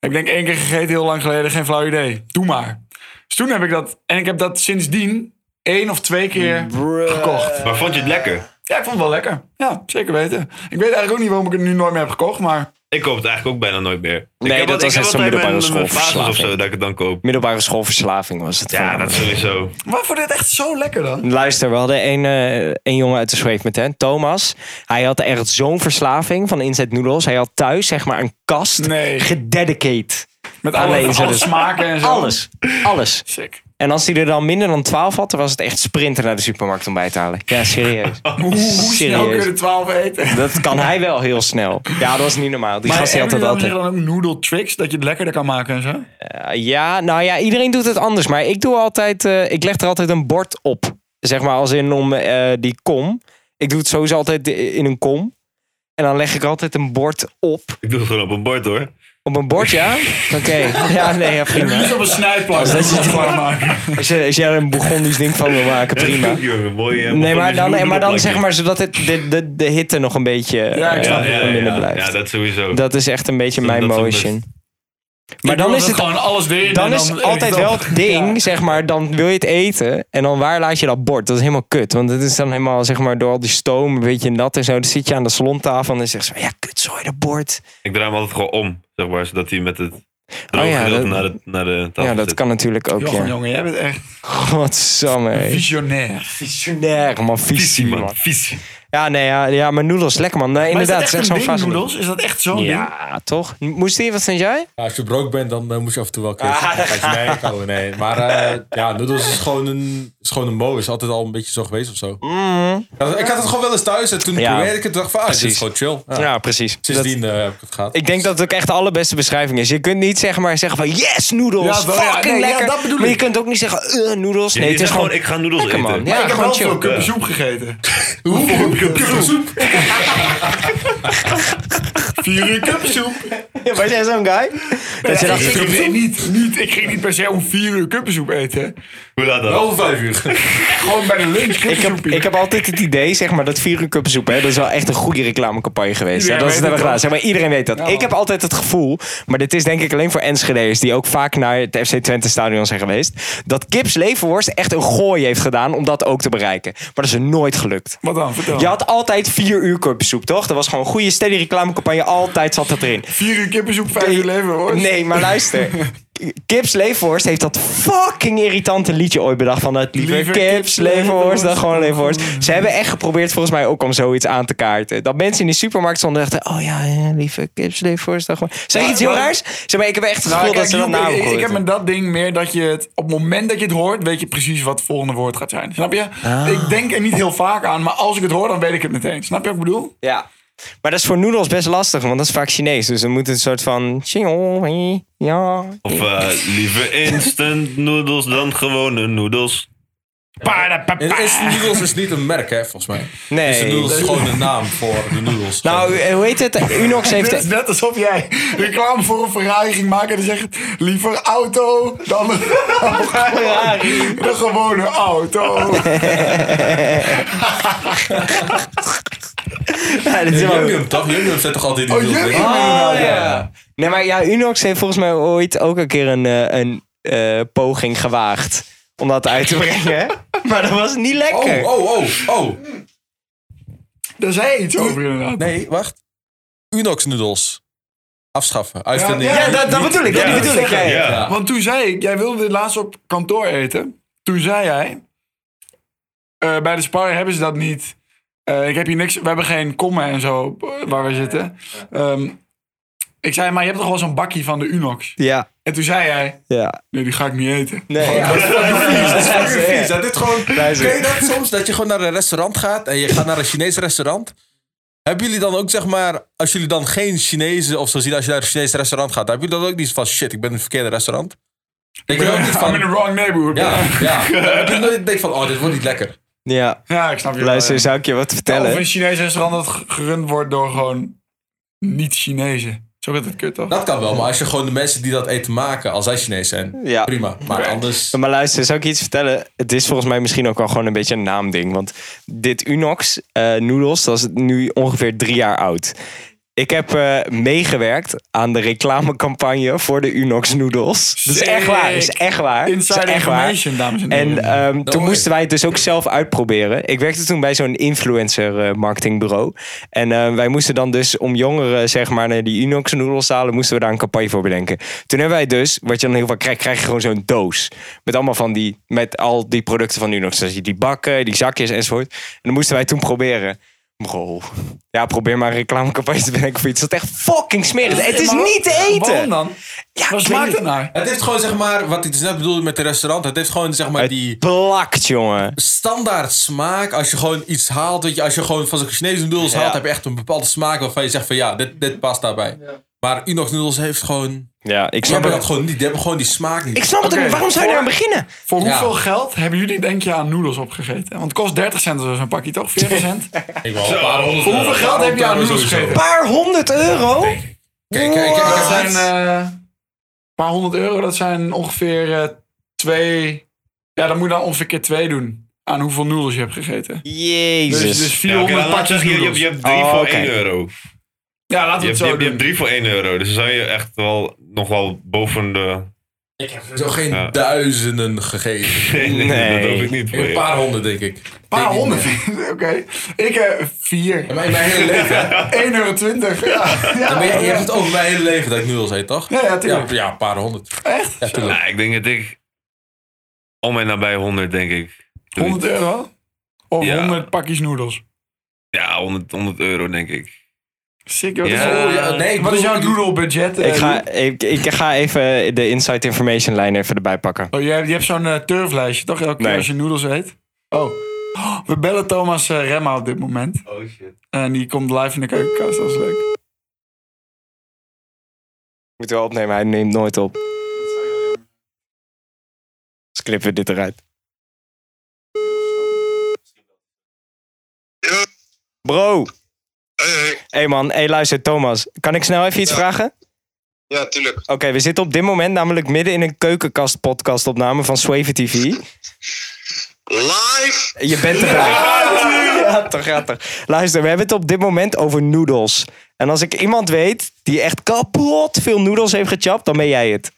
Speaker 2: Ik denk één keer gegeten, heel lang geleden, geen flauw idee. Doe maar. Dus toen heb ik dat, en ik heb dat sindsdien één of twee keer
Speaker 1: Mm.
Speaker 2: gekocht.
Speaker 3: Maar vond je het lekker?
Speaker 2: Ja, ik vond het wel lekker. Ja, zeker weten. Ik weet eigenlijk ook niet waarom ik het nu nooit meer heb gekocht, maar
Speaker 3: Ik koop het eigenlijk ook bijna nooit meer.
Speaker 1: Nee,
Speaker 3: ik heb
Speaker 1: dat was
Speaker 3: ik heb
Speaker 1: echt zo'n
Speaker 3: altijd
Speaker 1: middelbare
Speaker 3: mijn- mijn
Speaker 1: schoolverslaving.
Speaker 3: vaders of zo dat ik het dan koop.
Speaker 1: Middelbare schoolverslaving was het.
Speaker 3: Ja,
Speaker 1: voornamelijk.
Speaker 3: dat sowieso.
Speaker 2: wat voor dit echt zo lekker dan?
Speaker 1: Luister, we hadden een, eh, een jongen uit de zweef met hem, Thomas. Hij had echt zo'n verslaving van Inside Noodles. Hij had thuis zeg maar een kast
Speaker 2: Nee.
Speaker 1: gededicate.
Speaker 2: Met alle,
Speaker 1: Alleen zo
Speaker 2: alle
Speaker 1: dus.
Speaker 2: smaken en zo.
Speaker 1: Alles. Alles.
Speaker 2: Sick.
Speaker 1: En als hij er dan minder dan 12 had, dan was het echt sprinten naar de supermarkt om bij te halen. Ja, serieus.
Speaker 2: Hoe, hoe snel kun
Speaker 1: Serieus.
Speaker 2: je er 12 eten?
Speaker 1: Dat kan hij wel heel snel. Ja, dat was niet normaal. Die gast die had
Speaker 2: hebben
Speaker 1: dat
Speaker 2: jullie
Speaker 1: altijd.
Speaker 2: dan ook noodle tricks, dat je het lekkerder kan maken en zo?
Speaker 1: Eh, ja, nou ja, iedereen doet het anders. Maar ik doe altijd, eh, ik leg er altijd een bord op. Zeg maar als in om eh, die kom. Ik doe het sowieso altijd in een kom. En dan leg ik altijd een bord op.
Speaker 3: Ik doe het gewoon op een bord hoor.
Speaker 1: Op een bord, ja? Oké. Ja, nee, ja, prima.
Speaker 2: Niet op een snijplank.
Speaker 1: Als dat je het
Speaker 2: gewoon maken.
Speaker 1: Als, je- als jij er een Burgondisch ding van wil maken, prima.
Speaker 3: Goed, jongen, mooi, eh,
Speaker 1: Nee, maar
Speaker 3: begonnen
Speaker 1: dan,
Speaker 3: is
Speaker 1: maar dan
Speaker 3: een
Speaker 1: zeg maar zodat het, de, de, de hitte nog een beetje
Speaker 2: Ja, ik
Speaker 1: eh,
Speaker 2: snap
Speaker 3: Ja, ja,
Speaker 1: minder
Speaker 3: ja,
Speaker 1: blijft.
Speaker 3: ja, dat sowieso.
Speaker 1: Dat is echt een beetje mijn
Speaker 3: dat is het
Speaker 1: motion. Maar dan is het
Speaker 2: gewoon alles erin.
Speaker 1: dan is altijd wel het ding, zeg maar, dan wil je het eten en dan waar laat je dat bord? Dat is helemaal kut, want het is dan helemaal, zeg maar, door al die stoom een beetje nat en zo. Dan zit je aan de salontafel en dan zeg je zo, ja, kutzooi, dat bord.
Speaker 3: Ik draai hem altijd gewoon om, zeg maar, zodat hij met het droge
Speaker 1: Oh ja,
Speaker 3: gedeelte
Speaker 1: dat-
Speaker 3: naar de, naar de tafel
Speaker 1: Ja, dat
Speaker 3: zit.
Speaker 1: kan natuurlijk ook,
Speaker 2: Jochem,
Speaker 1: ja.
Speaker 2: jongen, jij bent echt
Speaker 1: Godsamme, hé.
Speaker 2: visionair.
Speaker 1: Visionair, man, visie, man.
Speaker 3: Vies.
Speaker 1: Ja, nee, ja, ja maar noedels, lekker, man. Nee, inderdaad,
Speaker 2: is dat
Speaker 1: zeg
Speaker 2: echt
Speaker 1: zo'n
Speaker 2: een ding,
Speaker 1: vast.
Speaker 2: noedels? Is dat echt zo'n ding?
Speaker 1: Ja, toch? Moest die, wat vind jij?
Speaker 4: Ja, als je broke bent, dan eh, moet je af en toe wel
Speaker 1: Ah.
Speaker 4: kiezen. nee, oh, nee. Maar eh, ja, noedels is gewoon een, is gewoon een mo. Is altijd al een beetje zo geweest of zo. Ja, ik had het gewoon wel eens thuis en toen
Speaker 1: Mhm. Ja.
Speaker 4: probeerde ik het dacht van, ah, dit is
Speaker 1: Precies.
Speaker 4: gewoon chill. Ja.
Speaker 1: Ja, precies.
Speaker 4: Sindsdien eh, heb ik het gehad.
Speaker 1: Ik denk dat het ook echt de allerbeste beschrijving is. Je kunt niet zeg maar zeggen van yes, noedels,
Speaker 2: Ja, wel, ja,
Speaker 1: fucking
Speaker 2: nee, ja,
Speaker 1: lekker.
Speaker 2: dat bedoel
Speaker 1: maar je
Speaker 2: ik.
Speaker 1: kunt ook niet zeggen eh, noedels. Nee,
Speaker 3: Je
Speaker 1: het is
Speaker 3: zegt
Speaker 1: gewoon...
Speaker 3: gewoon, ik ga noedels
Speaker 1: lekker,
Speaker 3: eten.
Speaker 1: man. Ja,
Speaker 2: ik heb
Speaker 1: gewoon
Speaker 2: wel
Speaker 1: chill.
Speaker 2: veel kuppen
Speaker 3: Ja.
Speaker 2: soep gegeten.
Speaker 4: Hoeveel kuppensoep?
Speaker 2: Vier uur kuppensoep.
Speaker 1: Ja, Was jij zo'n guy? Dat je
Speaker 2: Ja,
Speaker 1: dacht,
Speaker 2: ik, ik, weet niet, niet, ik ging niet per se om vier uur kuppensoep eten.
Speaker 3: Hoe laat dan?
Speaker 1: Oh.
Speaker 4: Over vijf uur.
Speaker 2: Gewoon bij de lunch
Speaker 1: ik heb,
Speaker 2: kuppensoepie.
Speaker 1: ik heb altijd het idee, zeg maar, dat vier uur kuppensoep, hè, dat is wel echt een goede reclamecampagne geweest. Ja,
Speaker 2: Iedereen
Speaker 1: dat is het
Speaker 2: weet
Speaker 1: hebben
Speaker 2: het
Speaker 1: gedaan. Zeg
Speaker 2: wel.
Speaker 1: maar, iedereen weet dat.
Speaker 2: Ja,
Speaker 1: ik
Speaker 2: man.
Speaker 1: heb altijd het gevoel, maar dit is denk ik alleen voor Enschede'ers die ook vaak naar het FC Twente stadion zijn geweest, dat Kips Leverworst echt een gooi heeft gedaan om dat ook te bereiken. Maar dat is er nooit gelukt.
Speaker 2: Wat dan? Vertel.
Speaker 1: Je had altijd vier uur kuppensoep, toch? Dat was gewoon een goede, steady reclamecampagne. Altijd zat dat erin.
Speaker 2: Vier uur kippensoep, vijf uur leven hoor.
Speaker 1: Nee, maar luister. Kips Leefworst heeft dat fucking irritante liedje ooit bedacht. Van het liever,
Speaker 2: Liever
Speaker 1: Kips
Speaker 2: kips
Speaker 1: Leefworst
Speaker 2: Leefworst
Speaker 1: dan gewoon
Speaker 2: dan
Speaker 1: Leefworst.
Speaker 2: gewoon-
Speaker 1: Ze hebben echt geprobeerd volgens mij ook om zoiets aan te kaarten. Dat mensen in de supermarkt stonden en dachten... Oh ja, eh, lieve Kips Leefworst dan gewoon... Zeg ik iets heel
Speaker 2: maar-
Speaker 1: raars? Zeg maar, ik heb echt het
Speaker 2: Nou,
Speaker 1: gevoel dat
Speaker 2: kijk,
Speaker 1: ze dat
Speaker 2: Joep,
Speaker 1: naam
Speaker 2: ik, ik heb
Speaker 1: gooien.
Speaker 2: met dat ding meer dat je het... Op het moment dat je het hoort, weet je precies wat het volgende woord gaat zijn. Snap je?
Speaker 1: Ah.
Speaker 2: Ik denk er niet heel vaak aan, maar als ik het hoor, dan weet ik het meteen. Snap je wat ik bedoel?
Speaker 1: Ja. Maar dat is voor noedels best lastig, want dat is vaak Chinees. Dus dan moet een soort van... Ja.
Speaker 3: Of eh, liever instant noodles dan gewone noedels.
Speaker 4: En Instant Noodles is niet een merk, hè, volgens mij. Instant
Speaker 1: Nee.
Speaker 4: Noodles is gewoon een naam voor de noodles.
Speaker 1: Nou,
Speaker 4: Gewoon-
Speaker 1: eh, hoe heet het? Unox
Speaker 2: Het is
Speaker 1: heeft...
Speaker 2: net alsof jij reclame voor een Ferrari ging maken en dan zegt liever auto dan een Ferrari. De gewone auto.
Speaker 1: Ja, dat is wel-
Speaker 4: Yum-Yum, toch? Yum-Yum zet toch altijd die
Speaker 2: Oh,
Speaker 4: noodles in?
Speaker 2: Yum-Yum.
Speaker 1: Oh,
Speaker 2: Ja.
Speaker 1: ja. Nee, maar ja, Unox heeft volgens mij ooit ook een keer een, eh, een eh, poging gewaagd om dat uit te brengen. maar dat was niet Ah, lekker.
Speaker 4: Oh, oh, oh, oh.
Speaker 2: Daar zei je iets over inderdaad.
Speaker 4: Nee, wacht. Unox noedels. Afschaffen. Uitvinden.
Speaker 2: Ja,
Speaker 1: Ja, dat, dat bedoel ik. Dat
Speaker 3: Ja,
Speaker 1: bedoel ik. Ja, ja.
Speaker 3: ja.
Speaker 2: Want toen zei ik, jij wilde dit laatst op kantoor eten. Toen zei jij, eh, bij de spar hebben ze dat niet. Eh, ik heb hier niks, we hebben geen kommen en zo eh, waar we zitten. Ehm, ik zei, maar je hebt toch wel zo'n bakkie van de Unox?
Speaker 1: ja.
Speaker 2: En toen zei jij,
Speaker 1: ja.
Speaker 2: nee, die ga ik niet eten.
Speaker 1: Nee, ja.
Speaker 4: Dat is fucking vies. Dat dit gewoon...
Speaker 1: Luister.
Speaker 4: Ken je dat soms? Dat je gewoon naar een restaurant gaat en je gaat naar een Chinees restaurant. Hebben jullie dan ook, zeg maar, als jullie dan geen Chinezen of zo zien, als je naar een Chinees restaurant gaat, hebben jullie dan ook niet van shit, ik ben in het verkeerde restaurant? Ik ben ook niet
Speaker 2: I'm in the
Speaker 4: van.
Speaker 2: wrong neighborhood.
Speaker 4: Ja, ja. Heb je nooit denk van, oh, dit wordt niet lekker.
Speaker 1: Ja. Oh,
Speaker 2: Ja, ik snap je. wel,
Speaker 1: Luister,
Speaker 2: ja.
Speaker 1: zou ik je wat
Speaker 2: Of een
Speaker 1: vertellen?
Speaker 2: Chinees restaurant dat g- gerund wordt door gewoon niet-Chinezen. Zo gaat het kut, toch?
Speaker 4: Dat kan wel, maar als je gewoon de mensen die dat eten maken, als zij Chinees zijn,
Speaker 1: Ja.
Speaker 4: prima. Maar anders.
Speaker 1: Maar luister, zou ik je iets vertellen? Het is volgens mij misschien ook wel gewoon een beetje een naamding. Want dit Unox eh noedels, dat is nu ongeveer drie jaar oud. Ik heb eh, meegewerkt aan de reclamecampagne voor de Unox noedels. Dat is echt waar, dat is echt waar. Dat is
Speaker 2: Inside
Speaker 1: echt waar.
Speaker 2: information, dames en heren.
Speaker 1: En ehm, toen
Speaker 4: Mooi.
Speaker 1: moesten wij het dus ook zelf uitproberen. Ik werkte toen bij zo'n influencer eh, marketingbureau. En eh, wij moesten dan dus om jongeren, zeg maar, naar die Unox noedels te halen, moesten we daar een campagne voor bedenken. Toen hebben wij dus, wat je dan heel vaak krijgt, krijg je gewoon zo'n doos. Met allemaal van die, met al die producten van Unox. Dus die bakken, die zakjes enzovoort. En dan moesten wij toen proberen. Bro, ja, probeer maar een reclamecampagne te bedenken voor iets. Dat is echt fucking smerig. Het is
Speaker 2: Maar
Speaker 1: niet te
Speaker 2: Waarom
Speaker 1: eten.
Speaker 2: dan?
Speaker 1: Ja,
Speaker 2: Wat
Speaker 1: ik
Speaker 2: smaakt
Speaker 1: weet
Speaker 2: het nou
Speaker 1: niet.
Speaker 2: naar?
Speaker 4: Het heeft gewoon, zeg maar, wat ik dus net bedoelde met het restaurant, het heeft gewoon, zeg maar, die.
Speaker 1: Het plakt, jongen.
Speaker 4: standaard smaak. Als je gewoon iets haalt, weet je, als je gewoon van zo'n Chinese noedels haalt, heb je echt een bepaalde smaak waarvan je zegt van ja, dit, dit past daarbij. Maar Unox noedels heeft gewoon.
Speaker 1: Ja, ik
Speaker 4: Die
Speaker 1: snap
Speaker 4: hebben
Speaker 1: het.
Speaker 4: dat gewoon niet. Die hebben gewoon die smaak niet.
Speaker 1: Ik snap het ook
Speaker 2: Oké,
Speaker 1: niet. Waarom zou je daar aan beginnen?
Speaker 2: Voor
Speaker 4: Ja.
Speaker 2: hoeveel geld hebben jullie denk je aan noedels opgegeten? Want het kost 30 cent of zo'n pakje, toch? 40 cent?
Speaker 4: Ik wil een paar honderd
Speaker 2: Voor hoeveel
Speaker 4: euro.
Speaker 2: geld heb je aan
Speaker 4: Sowieso.
Speaker 2: noedels gegeten?
Speaker 1: paar honderd euro?
Speaker 4: Kijk, kijk, kijk,
Speaker 2: Dat
Speaker 4: kijk,
Speaker 2: zijn
Speaker 4: kijk.
Speaker 2: eh, een paar honderd euro. Dat zijn ongeveer eh, twee... Ja, dan moet je dan ongeveer keer twee doen aan hoeveel noedels je hebt gegeten. Dus,
Speaker 1: Jezus.
Speaker 2: dus
Speaker 3: Ja, oké,
Speaker 2: 400
Speaker 3: dan laat ik
Speaker 2: pakjes
Speaker 3: zeggen, je,
Speaker 2: noedels.
Speaker 3: hebt- je hebt drie
Speaker 1: Oh,
Speaker 3: voor
Speaker 1: oké.
Speaker 3: 1 euro.
Speaker 2: Ja, laten
Speaker 3: Je
Speaker 2: we het
Speaker 3: hebt,
Speaker 2: zo
Speaker 3: je, hebt,
Speaker 2: doen.
Speaker 3: je hebt drie voor 1 euro. Dus dan zou je echt wel nog wel boven de.
Speaker 4: Ik heb zo geen
Speaker 3: Ja.
Speaker 4: duizenden gegeten.
Speaker 3: Nee, nee,
Speaker 1: Nee.
Speaker 3: dat hoop ik niet voor
Speaker 4: Een
Speaker 3: je.
Speaker 4: paar honderd, denk ik. Een
Speaker 2: Een paar honderd. Oké. Ik eh vier.
Speaker 4: Mijn, mijn hele leven, hè? Ja,
Speaker 2: 1,20 euro. Ja, ja,
Speaker 4: maar je, je hebt het over mijn hele leven dat ik noedels eet, toch?
Speaker 2: Ja, ja,
Speaker 4: Ja,
Speaker 2: tuurlijk.
Speaker 4: ja, een paar honderd.
Speaker 2: Echt?
Speaker 4: Ja, tuurlijk.
Speaker 3: Nou, ik denk dat ik. Om en nabij 100, denk ik.
Speaker 2: 100 euro? Of
Speaker 3: Ja.
Speaker 2: 100 pakjes noedels?
Speaker 3: Ja, 100, 100 euro, denk ik.
Speaker 2: Sick, wat is,
Speaker 3: Ja.
Speaker 2: jouw-
Speaker 3: Oh, ja,
Speaker 4: nee, ik
Speaker 2: wat is
Speaker 4: bedoel-
Speaker 2: jouw noedelbudget? eh,
Speaker 1: ik, ga,
Speaker 2: Joep?
Speaker 1: ik, ik ga even de Inside Information lijn even erbij pakken.
Speaker 2: Oh, je hebt, je hebt zo'n eh, turflijstje, toch? Elke
Speaker 1: Nee.
Speaker 2: keer als je noedels eet. Oh. Oh, We bellen Thomas eh, Remma op dit moment.
Speaker 3: Oh shit.
Speaker 2: En die komt live in de keukenkast, dat is leuk.
Speaker 1: Moet wel opnemen, hij neemt nooit op. Dus knippen we dit eruit. Bro,
Speaker 5: Hey, hey.
Speaker 1: hey man, hey luister Thomas, kan ik snel even iets vragen?
Speaker 5: Ja, tuurlijk.
Speaker 1: Oké, we zitten op dit moment namelijk midden in een keukenkast podcast opname van Swaven TV.
Speaker 5: Live!
Speaker 1: Je bent erbij. Ja, toch, ja, toch. Luister, we hebben het op dit moment over noedels. En als ik iemand weet die echt kapot veel noedels heeft gechapt, dan ben jij het.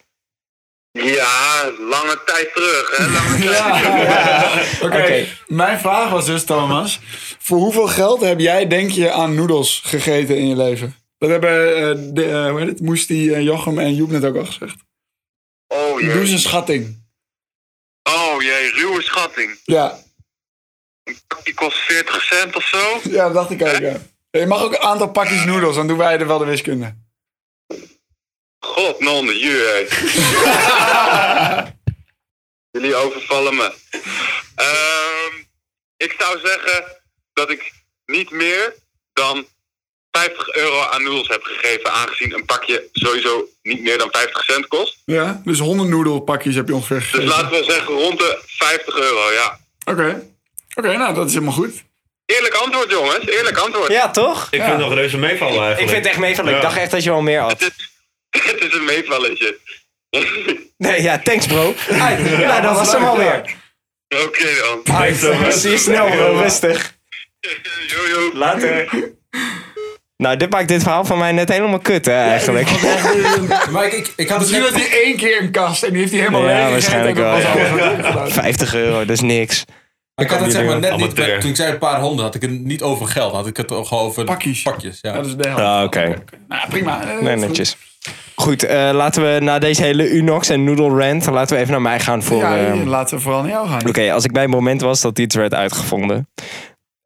Speaker 5: Ja, lange tijd terug, hè? Lange tijd.
Speaker 2: Oké,
Speaker 1: Oké.
Speaker 2: mijn vraag was dus, Thomas. Voor hoeveel geld heb jij, denk je, aan noedels gegeten in je leven? Dat hebben, eh, de, eh, hoe heet het, Moesti, eh, Jochem en Joep net ook al gezegd.
Speaker 5: Eh, Oh
Speaker 2: Doe eens een
Speaker 5: jee.
Speaker 2: schatting.
Speaker 5: Oh jee, ruwe schatting.
Speaker 2: Ja,
Speaker 5: Die kost 40 cent of zo.
Speaker 2: ja dat dacht ik ook. Ja. Je mag ook een aantal pakjes noedels, dan doen wij er wel de wiskunde.
Speaker 5: God, non, jee. Jullie overvallen me. Ehm, ik zou zeggen dat ik niet meer dan 50 euro aan noedels heb gegeven, aangezien een pakje sowieso niet meer dan 50 cent kost.
Speaker 2: Ja, dus 100 noedelpakjes heb je ongeveer
Speaker 5: Dus
Speaker 2: gegeven.
Speaker 5: laten we zeggen rond de 50 euro, ja.
Speaker 2: Oké, Oké, nou dat is helemaal goed.
Speaker 5: Eerlijk antwoord, jongens. Eerlijk antwoord.
Speaker 1: Ja, toch?
Speaker 3: Ik vind het nog reuze meevallen eigenlijk.
Speaker 1: Ik vind het echt meevallen. Ik
Speaker 3: Ja.
Speaker 1: dacht echt dat je wel meer had.
Speaker 5: Het is, het is een meevalletje. Oké
Speaker 1: Nee, ja, thanks bro. Ai, nou, dat was hem alweer.
Speaker 5: dan.
Speaker 1: Ai,
Speaker 3: Thanks,
Speaker 1: Zie je snel bro, rustig.
Speaker 5: Yo, yo.
Speaker 1: Later. Nou, dit maakt dit verhaal van mij net helemaal kut, hè, eigenlijk.
Speaker 4: Maar ik, ik, ik had het
Speaker 2: Misschien
Speaker 4: net-
Speaker 2: had hij één keer een kast en die heeft hij
Speaker 1: Ja,
Speaker 2: helemaal leeg. gegeten
Speaker 1: waarschijnlijk
Speaker 2: en dat
Speaker 1: wel,
Speaker 2: was
Speaker 1: ja.
Speaker 2: alles wat hij gedaan had.
Speaker 1: 50 euro, dat is niks.
Speaker 4: Ik had het zeg maar net niet,
Speaker 3: Amateur.
Speaker 4: maar toen ik zei een paar honderd, had ik het niet over geld. Had ik het toch over
Speaker 2: Pakjes.
Speaker 4: pakjes ja.
Speaker 2: Ja, dat is de helft.
Speaker 1: Ah, oké.
Speaker 2: Nou, prima.
Speaker 1: Nee,
Speaker 2: Eh, dat is goed.
Speaker 1: netjes. Goed, eh, laten we na deze hele Unox en Noodle rant, laten we even naar mij gaan voor...
Speaker 2: Ja,
Speaker 1: eh,
Speaker 2: hier, laten we vooral naar jou gaan.
Speaker 1: Oké, als ik bij het moment was dat iets werd uitgevonden.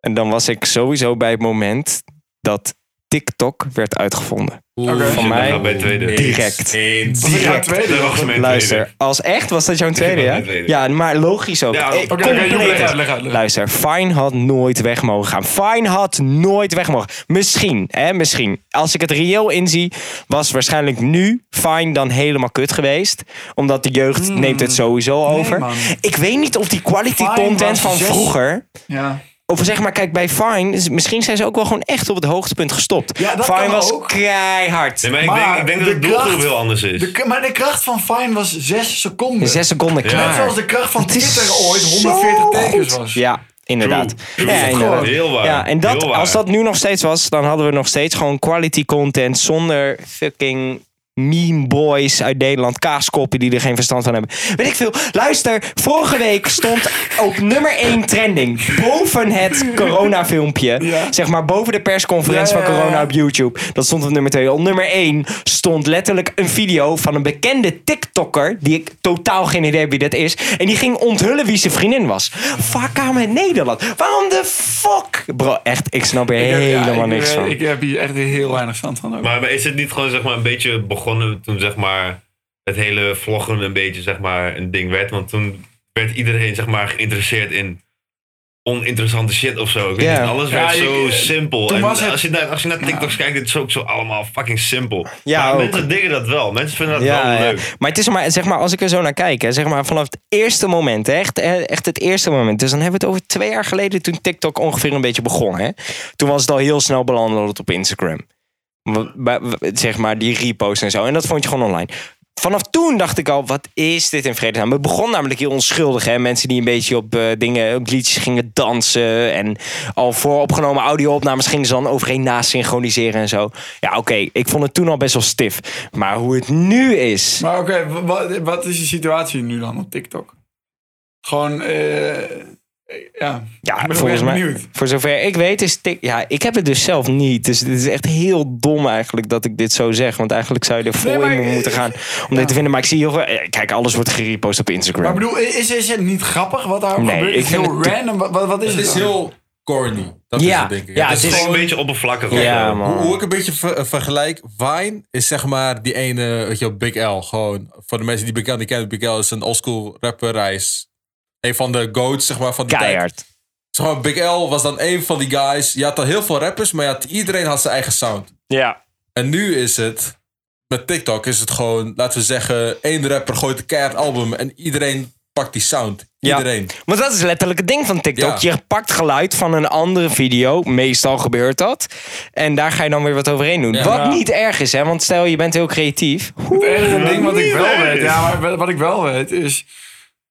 Speaker 1: En dan was ik sowieso bij het moment dat TikTok werd uitgevonden.
Speaker 2: Oké.
Speaker 1: Van mij
Speaker 3: bij het tweede.
Speaker 1: direct.
Speaker 4: Eens.
Speaker 2: Dat is jouw
Speaker 1: direct.
Speaker 2: tweede.
Speaker 3: Dat was mijn
Speaker 1: Luister,
Speaker 3: tweede.
Speaker 1: als echt was dat jouw tweede,
Speaker 3: was
Speaker 1: ja?
Speaker 3: mijn tweede.
Speaker 1: Ja, maar logisch ook.
Speaker 3: Ja,
Speaker 1: Eh,
Speaker 2: Oké,
Speaker 3: oké,
Speaker 2: oké,
Speaker 1: compleet.
Speaker 2: jongen, leg uit, leg uit, leg uit.
Speaker 1: Luister, Fine had nooit weg mogen gaan. Fine had nooit weg mogen. Misschien, hè, misschien. Als ik het reëel inzie, was waarschijnlijk nu Fine dan helemaal kut geweest. Omdat de jeugd neemt het sowieso over.
Speaker 2: Hmm. man.
Speaker 1: ik weet niet of die quality
Speaker 2: Fine
Speaker 1: content
Speaker 2: was
Speaker 1: van
Speaker 2: zes-
Speaker 1: vroeger...
Speaker 2: Ja.
Speaker 1: Of zeg maar, kijk, bij Fine, is- misschien zijn ze ook wel gewoon echt op het hoogtepunt gestopt.
Speaker 2: Ja, dat
Speaker 1: Fine
Speaker 2: kan
Speaker 1: was
Speaker 2: ook.
Speaker 1: keihard.
Speaker 3: Nee, maar ik,
Speaker 2: Maar
Speaker 3: denk, ik denk
Speaker 2: de
Speaker 3: dat de doelgroep
Speaker 2: kracht-
Speaker 3: heel anders is.
Speaker 2: De, k- maar de kracht van Fine was 6 seconden.
Speaker 1: In zes seconden klaar.
Speaker 2: Net zoals de kracht van
Speaker 1: Het is
Speaker 2: Twitter ooit
Speaker 1: zo
Speaker 2: 140 tekens
Speaker 1: goed.
Speaker 2: was.
Speaker 1: Ja, inderdaad.
Speaker 3: True.
Speaker 1: Ja,
Speaker 3: True.
Speaker 1: inderdaad.
Speaker 3: Heel waar.
Speaker 1: Ja, en dat,
Speaker 3: Heel waar.
Speaker 1: als dat nu nog steeds was, dan hadden we nog steeds gewoon quality content zonder fucking meme boys uit Nederland, kaaskoppen die er geen verstand van hebben. Weet ik veel. Luister, vorige week stond op nummer 1 trending boven het coronafilmpje.
Speaker 2: Ja.
Speaker 1: Zeg maar boven de persconferentie
Speaker 2: Ja, ja,
Speaker 1: van
Speaker 2: ja,
Speaker 1: corona
Speaker 2: ja.
Speaker 1: op YouTube. Dat stond op nummer 2. Op nummer 1 stond letterlijk een video van een bekende TikTokker. Die ik totaal geen idee heb wie dat is. En die ging onthullen wie zijn vriendin was. Fuck aan met Nederland. Waarom de fuck? Bro, echt, ik snap er
Speaker 2: Ik heb- ja,
Speaker 1: helemaal
Speaker 2: ik-
Speaker 1: niks
Speaker 2: eh,
Speaker 1: van.
Speaker 2: Ik heb hier echt heel weinig stand van. ook.
Speaker 3: Maar maar is het niet gewoon zeg maar, een beetje begonnen toen zeg maar, het hele vloggen een beetje zeg maar, een ding werd? Want toen werd iedereen zeg maar, geïnteresseerd in oninteressante shit of zo. Ik weet
Speaker 1: Ja.
Speaker 3: niet, alles
Speaker 2: Ja,
Speaker 3: werd
Speaker 2: je-
Speaker 3: zo simpel.
Speaker 2: toen
Speaker 3: En
Speaker 2: was het-
Speaker 3: als, je naar, als je naar TikToks kijkt, het is ook zo allemaal fucking simpel.
Speaker 1: Ja,
Speaker 3: maar
Speaker 1: ook.
Speaker 3: mensen dingen dat wel. Mensen vinden dat
Speaker 1: Ja,
Speaker 3: wel
Speaker 1: ja.
Speaker 3: leuk.
Speaker 1: maar het is maar, zeg maar, als ik er zo naar kijk, hè, zeg maar vanaf het eerste moment, hè, echt, hè, echt het eerste moment. Dus dan hebben we het over twee jaar geleden toen TikTok ongeveer een beetje begon. Hè. Toen was het al heel snel belandeld op Instagram. Wa- wa- wa- Zeg maar die reposts en zo. En dat vond je gewoon online. Vanaf toen dacht ik al, wat is dit in vredesnaam? Het begon namelijk heel onschuldig. Hè? Mensen die een beetje op eh, dingen, op liedjes gingen dansen. En al vooropgenomen audio-opnames gingen ze dan overheen nasynchroniseren en zo. Ja, oké, ik vond het toen al best wel stif. Maar hoe het nu is...
Speaker 2: Maar oké, wa- wa- wat is de situatie nu dan op TikTok? Gewoon, eh, ja.
Speaker 1: Ja,
Speaker 2: ik ben ook
Speaker 1: volgens
Speaker 2: echt
Speaker 1: mij.
Speaker 2: benieuwd.
Speaker 1: Voor zover ik weet is tik. Ja, ik heb het dus zelf niet. Dus het is echt heel dom eigenlijk dat ik dit zo zeg. Want eigenlijk zou je er vol
Speaker 2: Nee, maar
Speaker 1: in
Speaker 2: ik-
Speaker 1: moeten gaan om dit te vinden. Maar ik zie heel veel. eh, Kijk, alles wordt gerepost op Instagram.
Speaker 2: Maar ik bedoel, is, is het niet grappig wat daar
Speaker 1: Nee,
Speaker 2: gebeurt? Is
Speaker 1: ik
Speaker 2: het
Speaker 1: vind
Speaker 2: heel
Speaker 1: het-
Speaker 2: random? Wat, wat- wat is
Speaker 4: Het
Speaker 2: het
Speaker 4: is
Speaker 2: dan?
Speaker 4: heel corny. Dat
Speaker 1: Ja,
Speaker 4: is het denk ik.
Speaker 1: ja,
Speaker 4: Het
Speaker 1: het
Speaker 4: is
Speaker 1: is-
Speaker 3: Gewoon
Speaker 4: gewoon-
Speaker 3: een beetje oppervlakkig. of
Speaker 1: ja,
Speaker 3: zo.
Speaker 1: man.
Speaker 4: Hoe, hoe ik een beetje ver- eh, vergelijk, Vine is zeg maar die ene, weet je wel, Big L. Gewoon, voor de mensen die Big L niet kennen, Big L is een oldschool rapper. Hij is een van de goats, zeg maar, van die tijd.
Speaker 1: Keihard.
Speaker 4: Zeg maar, Big L was dan een van die guys. Je had al heel veel rappers, maar je had, iedereen had zijn eigen sound.
Speaker 1: Ja.
Speaker 4: En nu is het, met TikTok is het gewoon, laten we zeggen, één rapper gooit een keihard album en iedereen pakt die sound.
Speaker 1: Ja.
Speaker 4: Iedereen.
Speaker 1: Want dat is letterlijk het ding van TikTok.
Speaker 4: Ja.
Speaker 1: Je pakt geluid van een andere video. Meestal gebeurt dat. En daar ga je dan weer wat overheen doen. Wat
Speaker 2: Ja.
Speaker 1: niet erg is, hè? Want stel je bent heel creatief.
Speaker 2: Het enige ding wat ik wel
Speaker 3: Nee.
Speaker 2: weet, ja, maar wat- wat ik wel weet is...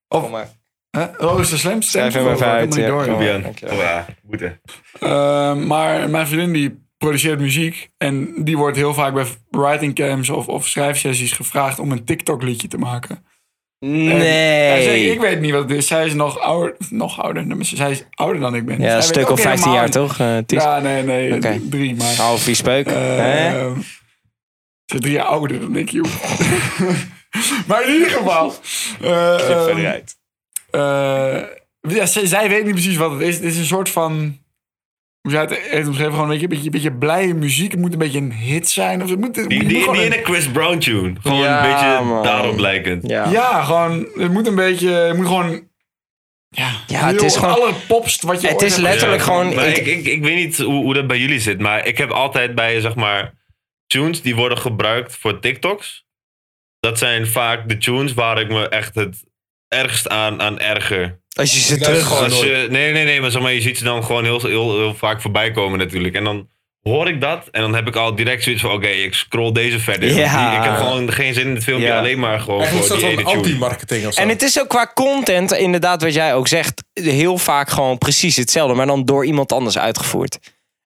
Speaker 2: Of,
Speaker 1: maar.
Speaker 2: hè? Oh, is de slimste?
Speaker 1: Schrijf hem even uit, ja. Kom maar.
Speaker 3: Fabian.
Speaker 1: Dankjewel.
Speaker 3: Ja, moeten.
Speaker 2: Eh, maar mijn vriendin die produceert muziek. En die wordt heel vaak bij writing camps of, of schrijfsessies gevraagd om een TikTok liedje te maken. En hij zei,
Speaker 1: Nee.
Speaker 2: ik weet niet wat het is. Zij is nog ouder, nog ouder. Nee, maar Zij is ouder dan ik ben. Zij
Speaker 1: Ja, een
Speaker 2: weet
Speaker 1: stuk
Speaker 2: ook
Speaker 1: of 15 jaar
Speaker 2: helemaal
Speaker 1: toch? eh,
Speaker 2: niet-
Speaker 1: Ties?
Speaker 2: Ja, nee, nee.
Speaker 1: Oké.
Speaker 2: d- Drie, maar...
Speaker 4: Eh,
Speaker 1: Half vies peuk.
Speaker 2: eh,
Speaker 1: hè?
Speaker 2: Ze is drie jaar ouder dan ik, joh. Maar in ieder geval. eh,
Speaker 1: Zit
Speaker 2: ehm,
Speaker 1: verder uit.
Speaker 2: eh, ja, zij, zij weet niet precies wat het is. Het is een soort van. Hoe zij het heeft omschreven, gewoon een beetje, beetje, beetje blije muziek. Het moet een beetje een hit zijn. Of het moet, het
Speaker 3: Die,
Speaker 2: moet
Speaker 3: die,
Speaker 2: gewoon
Speaker 3: die
Speaker 2: een-
Speaker 3: ene Chris Brown tune. Gewoon
Speaker 1: Ja,
Speaker 3: een beetje
Speaker 1: man.
Speaker 3: daarop lijkend.
Speaker 1: Ja. ja.
Speaker 2: Ja, gewoon. Het moet een beetje. Het moet gewoon. Ja,
Speaker 1: Ja, het is gewoon-
Speaker 2: allerpopst wat je
Speaker 1: Het
Speaker 2: ooit
Speaker 1: is
Speaker 2: hebt-
Speaker 1: letterlijk
Speaker 3: Ja,
Speaker 1: gewoon-
Speaker 3: maar
Speaker 1: ik-
Speaker 3: ik, ik, ik, weet niet hoe, hoe dat bij jullie zit, maar ik heb altijd bij, zeg maar, tunes die worden gebruikt voor TikToks. Dat zijn vaak de tunes waar ik me echt het ergst aan, aan erger.
Speaker 1: Als je ze
Speaker 4: Ik luister
Speaker 1: terug
Speaker 4: gewoon
Speaker 3: Als je, nee, nee, nee, maar zeg maar, je ziet ze dan gewoon heel, heel, heel vaak voorbij komen natuurlijk. En dan hoor ik dat en dan heb ik al direct zoiets van, oké, ik scroll deze verder.
Speaker 1: Ja.
Speaker 3: Die- ik heb gewoon geen zin in het filmpje,
Speaker 1: Ja.
Speaker 3: alleen maar gewoon
Speaker 4: Eigenlijk
Speaker 3: voor
Speaker 4: een
Speaker 3: die
Speaker 4: soort
Speaker 3: ene
Speaker 4: van
Speaker 3: tune.
Speaker 4: anti-marketing of zo.
Speaker 1: En het is ook qua content, inderdaad, wat jij ook zegt, heel vaak gewoon precies hetzelfde, maar dan door iemand anders uitgevoerd.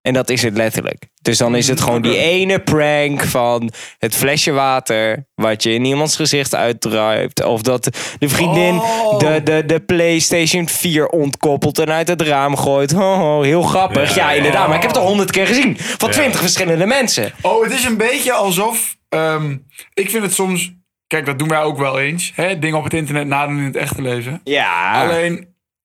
Speaker 1: En dat is het letterlijk. Dus dan is het gewoon die ene prank van het flesje water wat je in iemands gezicht uitdruipt. Of dat de vriendin
Speaker 2: Oh.
Speaker 1: de, de, de PlayStation 4 ontkoppelt en uit het raam gooit. Oh, heel grappig. Ja,
Speaker 3: Ja.
Speaker 1: inderdaad. Maar ik heb het al honderd keer gezien. Van
Speaker 3: Ja.
Speaker 1: twintig verschillende mensen.
Speaker 2: Oh, het is een beetje alsof. ehm, ik vind het soms. Kijk, dat doen wij ook wel eens. Hè? Dingen op het internet nadoen in het echte leven.
Speaker 1: Ja. Eh?
Speaker 2: Alleen,